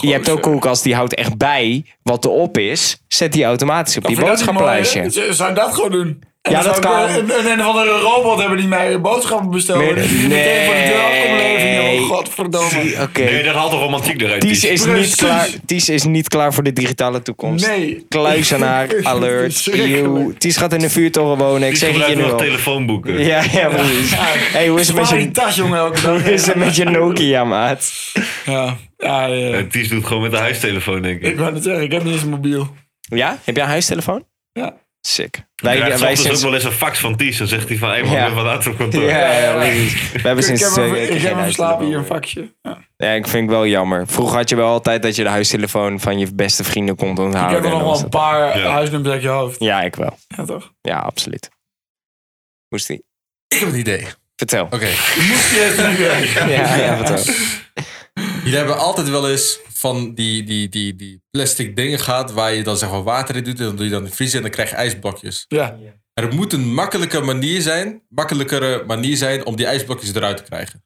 Speaker 1: Je hebt ook koelkast die houdt echt bij wat erop is. Zet die automatisch op die boodschappenlijstje.
Speaker 2: eh, Zou dat gewoon doen? En
Speaker 1: Ja,
Speaker 2: dan
Speaker 1: dat
Speaker 2: zou ik,
Speaker 1: kan.
Speaker 2: eh, Een, een, een of andere robot hebben die mij boodschappen bestelt.
Speaker 1: Nee,
Speaker 2: die meteen
Speaker 1: nee.
Speaker 2: voor de deur afkomt leven.
Speaker 1: Nee.
Speaker 2: Joh, godverdomme.
Speaker 1: Oké.
Speaker 3: Nee, dat haalt de romantiek eruit.
Speaker 1: Ties
Speaker 3: Ties.
Speaker 1: is,
Speaker 2: Precies.
Speaker 1: niet klaar, Ties is niet klaar voor de digitale toekomst.
Speaker 2: Nee.
Speaker 1: Kluizenaar, alert, eeuw. Ties gaat in de vuurtoren wonen, ik
Speaker 3: Ties
Speaker 1: zeg het je
Speaker 3: gebruikt
Speaker 1: nu
Speaker 3: nog
Speaker 1: al.
Speaker 3: telefoonboeken.
Speaker 1: Ja, ja, precies. hey, hoe is het met
Speaker 2: Spaar die
Speaker 1: je,
Speaker 2: tas, jongen, elke dag.
Speaker 1: hoe is het met je Nokia, maat?
Speaker 2: Ja, ja, ja.
Speaker 3: Eh, Ties doet het gewoon met de huistelefoon, denk ik.
Speaker 2: Ik wou het zeggen, ik heb niet eens een mobiel.
Speaker 1: Ja? Heb jij een huistelefoon?
Speaker 2: Ja.
Speaker 1: Sick.
Speaker 3: Wij,
Speaker 1: Wij, wij
Speaker 3: krijgt soms ook
Speaker 1: sinds...
Speaker 3: wel eens een fax van Ties. Dan zegt hij van, hé, hey,
Speaker 1: Ja.
Speaker 3: man, wat later op kantoor.
Speaker 1: Ja, ja, precies. We hebben
Speaker 2: Ik
Speaker 1: sinds
Speaker 2: heb
Speaker 1: twee
Speaker 2: hem,
Speaker 1: weken
Speaker 2: ik heb
Speaker 1: geen
Speaker 2: hem verslapen hier een
Speaker 1: huistelefoon
Speaker 2: vakje. Ja. Ik
Speaker 1: meer. Ja, ik vind het wel jammer. Vroeger had je wel altijd dat je de huistelefoon van je beste vrienden kon onthouden.
Speaker 2: heb er
Speaker 1: en
Speaker 2: nog
Speaker 1: dan
Speaker 2: wel
Speaker 1: was
Speaker 2: een
Speaker 1: dat-
Speaker 2: paar
Speaker 3: Ja.
Speaker 2: huisnummers uit je hoofd.
Speaker 1: Ja, ik wel.
Speaker 2: Ja, toch?
Speaker 1: Ja, absoluut. Moest die?
Speaker 4: Ik heb een idee. Oké.
Speaker 1: Vertel.
Speaker 2: Ja.
Speaker 1: Ja, ja, vertel.
Speaker 4: Jullie hebben altijd wel eens van die, die, die, die plastic dingen gehad waar je dan zeg maar water in doet en dan doe je dan in de vriezer en dan krijg je ijsblokjes.
Speaker 2: Ja.
Speaker 4: Er moet een makkelijke manier zijn, makkelijkere manier zijn om die ijsblokjes eruit te krijgen.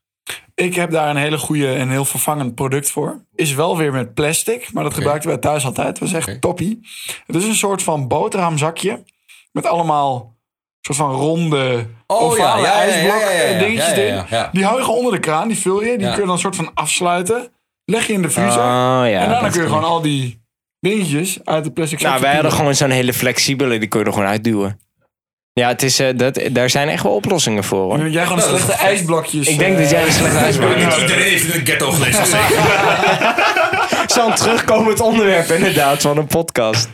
Speaker 2: Ik heb daar een hele goede en heel vervangend product voor. Is wel weer met plastic, maar dat gebruikten wij thuis altijd. Dat is echt
Speaker 4: Oké.
Speaker 2: toppie. Het is een soort van boterhamzakje met allemaal soort van ronde
Speaker 4: Oh,
Speaker 2: ovale ijsblok eh, dingetjes
Speaker 4: ja, ja, ja,
Speaker 2: erin.
Speaker 4: ja.
Speaker 2: Die hou je gewoon onder de kraan, die vul je. Die
Speaker 4: Ja.
Speaker 2: kun je dan soort van afsluiten. Leg je in de vriezer.
Speaker 1: Oh, ja,
Speaker 2: en daarna
Speaker 1: dat
Speaker 2: kun je
Speaker 1: kan.
Speaker 2: gewoon al die dingetjes uit de plastic zakje
Speaker 1: Nou, wij hadden gewoon
Speaker 2: pielen.
Speaker 1: zo'n hele flexibele, die kun je er gewoon uitduwen. Ja, het is, eh, dat, daar zijn echt wel oplossingen voor hoor.
Speaker 2: Dan heb Jij gewoon
Speaker 4: Nou, dat is
Speaker 2: slechte ijsblokjes. eh,
Speaker 1: Ik denk dat jij een slechte uitspraak hebt.
Speaker 4: Iedereen heeft in een ghetto gelezen. of zo.
Speaker 1: Zo'n terugkomend onderwerp inderdaad van een podcast.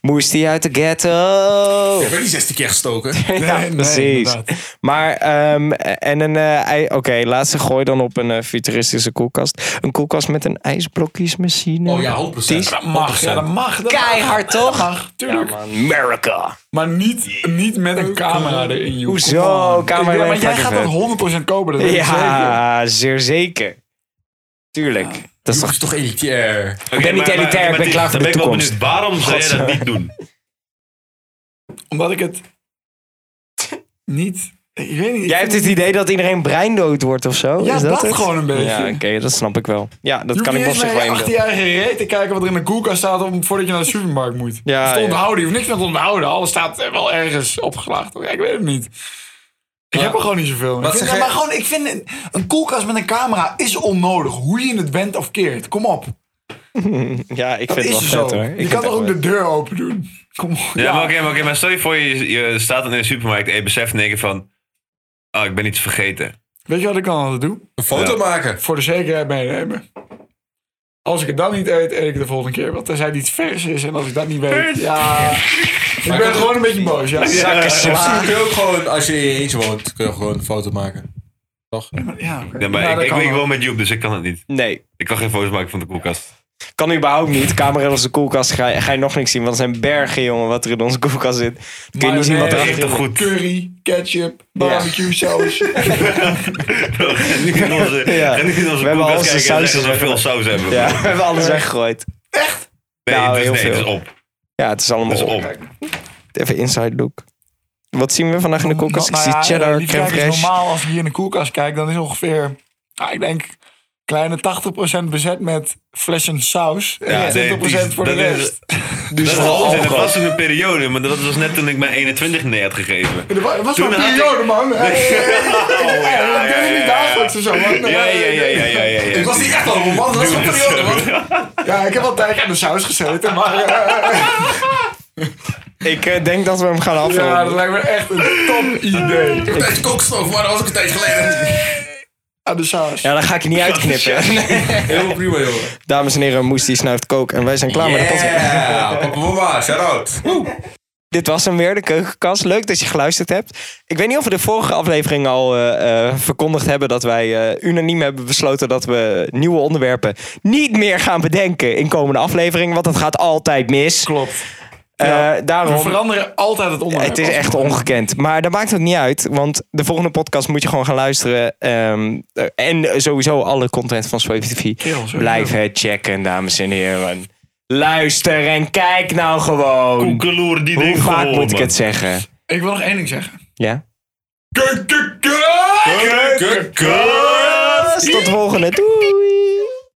Speaker 1: Moest die uit de ghetto?
Speaker 4: Ik ben niet 16 keer gestoken.
Speaker 1: Ja, precies. Maar, ehm, en een, eh, ei- oké, laatste gooi dan op een eh, futuristische koelkast. Een koelkast met een ijsblokjesmachine.
Speaker 4: Oh ja, 100%.
Speaker 1: Ties?
Speaker 2: Dat mag, ja, dat mag. dat mag.
Speaker 1: Keihard,
Speaker 2: Dat
Speaker 1: toch?
Speaker 2: mag, tuurlijk.
Speaker 1: America.
Speaker 2: Maar niet, niet met een camera erin, joh.
Speaker 1: Hoezo?
Speaker 2: Come on.
Speaker 1: Camera
Speaker 2: Ik- Maar
Speaker 1: erin,
Speaker 2: jij
Speaker 1: fucking
Speaker 2: gaat dat 100% kopen, dat weet ik zeker.
Speaker 1: Ja, zeer zeker. Tuurlijk. Dat is toch...
Speaker 4: Dat is toch elitair?
Speaker 3: Oké,
Speaker 1: ben niet
Speaker 3: maar- maar-
Speaker 1: elitair, ik ben
Speaker 3: maar Ties,
Speaker 1: klaar voor
Speaker 3: dan
Speaker 1: de
Speaker 3: ben ik wel
Speaker 1: toekomst.
Speaker 3: benieuwd, Waarom zou jij dat niet doen?
Speaker 2: Omdat ik het niet Ik weet niet. ik
Speaker 1: Jij hebt het idee dat iedereen breindood wordt of zo?
Speaker 2: Ja,
Speaker 1: is dat,
Speaker 2: dat,
Speaker 1: het?
Speaker 2: gewoon een beetje.
Speaker 1: Ja, oké, dat snap ik wel. Ja, dat kan ik wel zich wel
Speaker 2: Je hoeft
Speaker 1: inbeelden.
Speaker 2: niet eens naar je 18-jarige reet te kijken wat er in de koelkast staat om, voordat je naar de supermarkt moet.
Speaker 1: Ja,
Speaker 2: dus te
Speaker 1: ja.
Speaker 2: onthouden. Je hoeft niks meer te onthouden. Alles staat eh, wel ergens opgeslagen. toch? Ja, ik weet het niet. Ik
Speaker 4: Maar-
Speaker 2: heb er gewoon niet zoveel.
Speaker 4: Wat
Speaker 2: Ik vind,
Speaker 4: zeg
Speaker 2: ja,
Speaker 4: jij-
Speaker 2: maar gewoon, ik vind een, een koelkast met een camera is onnodig. Hoe je het bent of keert. Kom op.
Speaker 1: Ja, ik
Speaker 2: Dat
Speaker 1: vind
Speaker 2: is
Speaker 1: het
Speaker 2: er
Speaker 1: wel
Speaker 2: zo.
Speaker 1: vet hoor. Ik
Speaker 2: je
Speaker 1: vind het
Speaker 2: kan toch
Speaker 1: echt wel
Speaker 2: ook de deur open doen? Kom op.
Speaker 3: Ja, maar oké, maar, oké, maar stel je voor, je, je staat dan in de supermarkt en je beseft in één keer van... Oh, ik ben iets vergeten.
Speaker 2: Weet je wat ik dan altijd doe?
Speaker 4: Een foto
Speaker 3: Ja.
Speaker 4: maken.
Speaker 2: Voor de zekerheid meenemen. Als ik het dan niet eet, eet ik het de volgende keer. Want tenzij het iets vers is en als ik dat niet weet... Ja, ik ben gewoon een beetje boos. Ja.
Speaker 1: Zakken
Speaker 4: Misschien
Speaker 1: sla.
Speaker 4: kun je ook gewoon, als je in je eentje woont, kun je gewoon een foto maken. Toch?
Speaker 2: Ja, oké.
Speaker 3: Ja, maar
Speaker 2: Ja,
Speaker 3: ik,
Speaker 2: dat
Speaker 3: ik,
Speaker 2: kan
Speaker 3: ik
Speaker 2: wel.
Speaker 3: woon met Joep, dus ik kan het niet.
Speaker 1: Nee,
Speaker 3: Ik kan geen foto's maken van de koelkast.
Speaker 1: kan überhaupt niet. Camera in onze koelkast ga je, ga je nog niks zien. Want er zijn bergen, jongen, wat er in onze koelkast zit. Kun je niet zien wat er
Speaker 2: Mayonaise.
Speaker 3: Dat is
Speaker 1: achter
Speaker 3: toch
Speaker 1: zit.
Speaker 3: goed.
Speaker 2: Curry, ketchup, barbecue saus.
Speaker 3: Ga niet in onze,
Speaker 1: Ja.
Speaker 3: ga niet in onze
Speaker 1: We hebben al
Speaker 3: koelkast
Speaker 1: onze
Speaker 3: kijken en zeggen
Speaker 1: sausen
Speaker 3: dat we veel saus hebben.
Speaker 1: Ja, we hebben alles weggegooid.
Speaker 3: Nee,
Speaker 1: Nou,
Speaker 3: het is,
Speaker 1: heel
Speaker 3: nee, het is
Speaker 1: veel. Oh.
Speaker 3: op.
Speaker 1: Ja, het is allemaal
Speaker 3: Het is
Speaker 1: op.
Speaker 3: op.
Speaker 1: Even inside look. Wat zien we vandaag in de koelkast? Ik
Speaker 2: Nou
Speaker 1: zie
Speaker 2: ja,
Speaker 1: cheddar,
Speaker 2: die
Speaker 1: crème
Speaker 2: vraag is
Speaker 1: fraîche.
Speaker 2: Normaal, als je hier in de koelkast kijkt, dan is ongeveer, nou, ik denk, kleine 80% bezet met flessen saus.
Speaker 3: Ja,
Speaker 2: en 20%
Speaker 3: nee, die-
Speaker 2: voor de
Speaker 3: dat is-
Speaker 2: rest.
Speaker 1: Dus
Speaker 3: Dat is
Speaker 2: Oh,
Speaker 1: vooral
Speaker 3: alles in een
Speaker 1: alcohol.
Speaker 3: passende periode, maar dat was net toen ik mijn 21 nee had gegeven.
Speaker 2: Dat wa- was
Speaker 3: Toen
Speaker 2: maar een
Speaker 3: had
Speaker 2: periode, man. Hey, hey, hey, hey,
Speaker 3: ja,
Speaker 2: hey, Dat
Speaker 3: ja,
Speaker 2: doe je
Speaker 3: ja,
Speaker 2: niet
Speaker 3: ja.
Speaker 2: dagelijks of zo, man.
Speaker 3: Ja, ja, ja, ja, ja, ja.
Speaker 4: Ik was niet echt al een man, dat is een periode, man.
Speaker 2: Ja, ik heb al een tijdje aan de saus gezeten, maar eh,
Speaker 1: Ik eh, denk dat we hem gaan
Speaker 2: ja, dat
Speaker 1: afronden.
Speaker 2: lijkt me echt een top idee.
Speaker 4: Ik ben kokstoof, maar dat was ook een tijd geleden.
Speaker 2: Aan de saus.
Speaker 1: Ja, dan ga ik er niet uitknippen. Nee.
Speaker 4: Helemaal prima, jongen.
Speaker 1: Dames en heren, Moes die snuift kook. En wij zijn klaar met de podcast.
Speaker 4: Ja, papa, mama, shout-out.
Speaker 1: Dit was hem weer, de keukenkast. Leuk dat je geluisterd hebt. Ik weet niet of we de vorige aflevering al eh, eh, verkondigd hebben dat wij eh, unaniem hebben besloten dat we nieuwe onderwerpen niet meer gaan bedenken in komende afleveringen. Want dat gaat altijd mis.
Speaker 2: Klopt.
Speaker 1: Eh,
Speaker 2: Ja. We
Speaker 1: daarom.
Speaker 2: veranderen altijd het onderwerp.
Speaker 1: Het is echt ongekend. Maar dat maakt ook niet uit. Want de volgende podcast moet je gewoon gaan luisteren. ehm, eh, en sowieso alle content van Sweep TV.
Speaker 2: Kerel, sowieso.
Speaker 1: Blijf het checken, dames en heren. Luister en kijk nou gewoon.
Speaker 3: Koekeloer die
Speaker 1: Hoe
Speaker 3: ding
Speaker 1: vaak
Speaker 3: gewoon,
Speaker 1: moet ik
Speaker 3: man.
Speaker 1: het zeggen?
Speaker 2: Ik wil nog één ding zeggen.
Speaker 1: Ja?
Speaker 3: Keukenkast!
Speaker 1: Tot de volgende. Doei!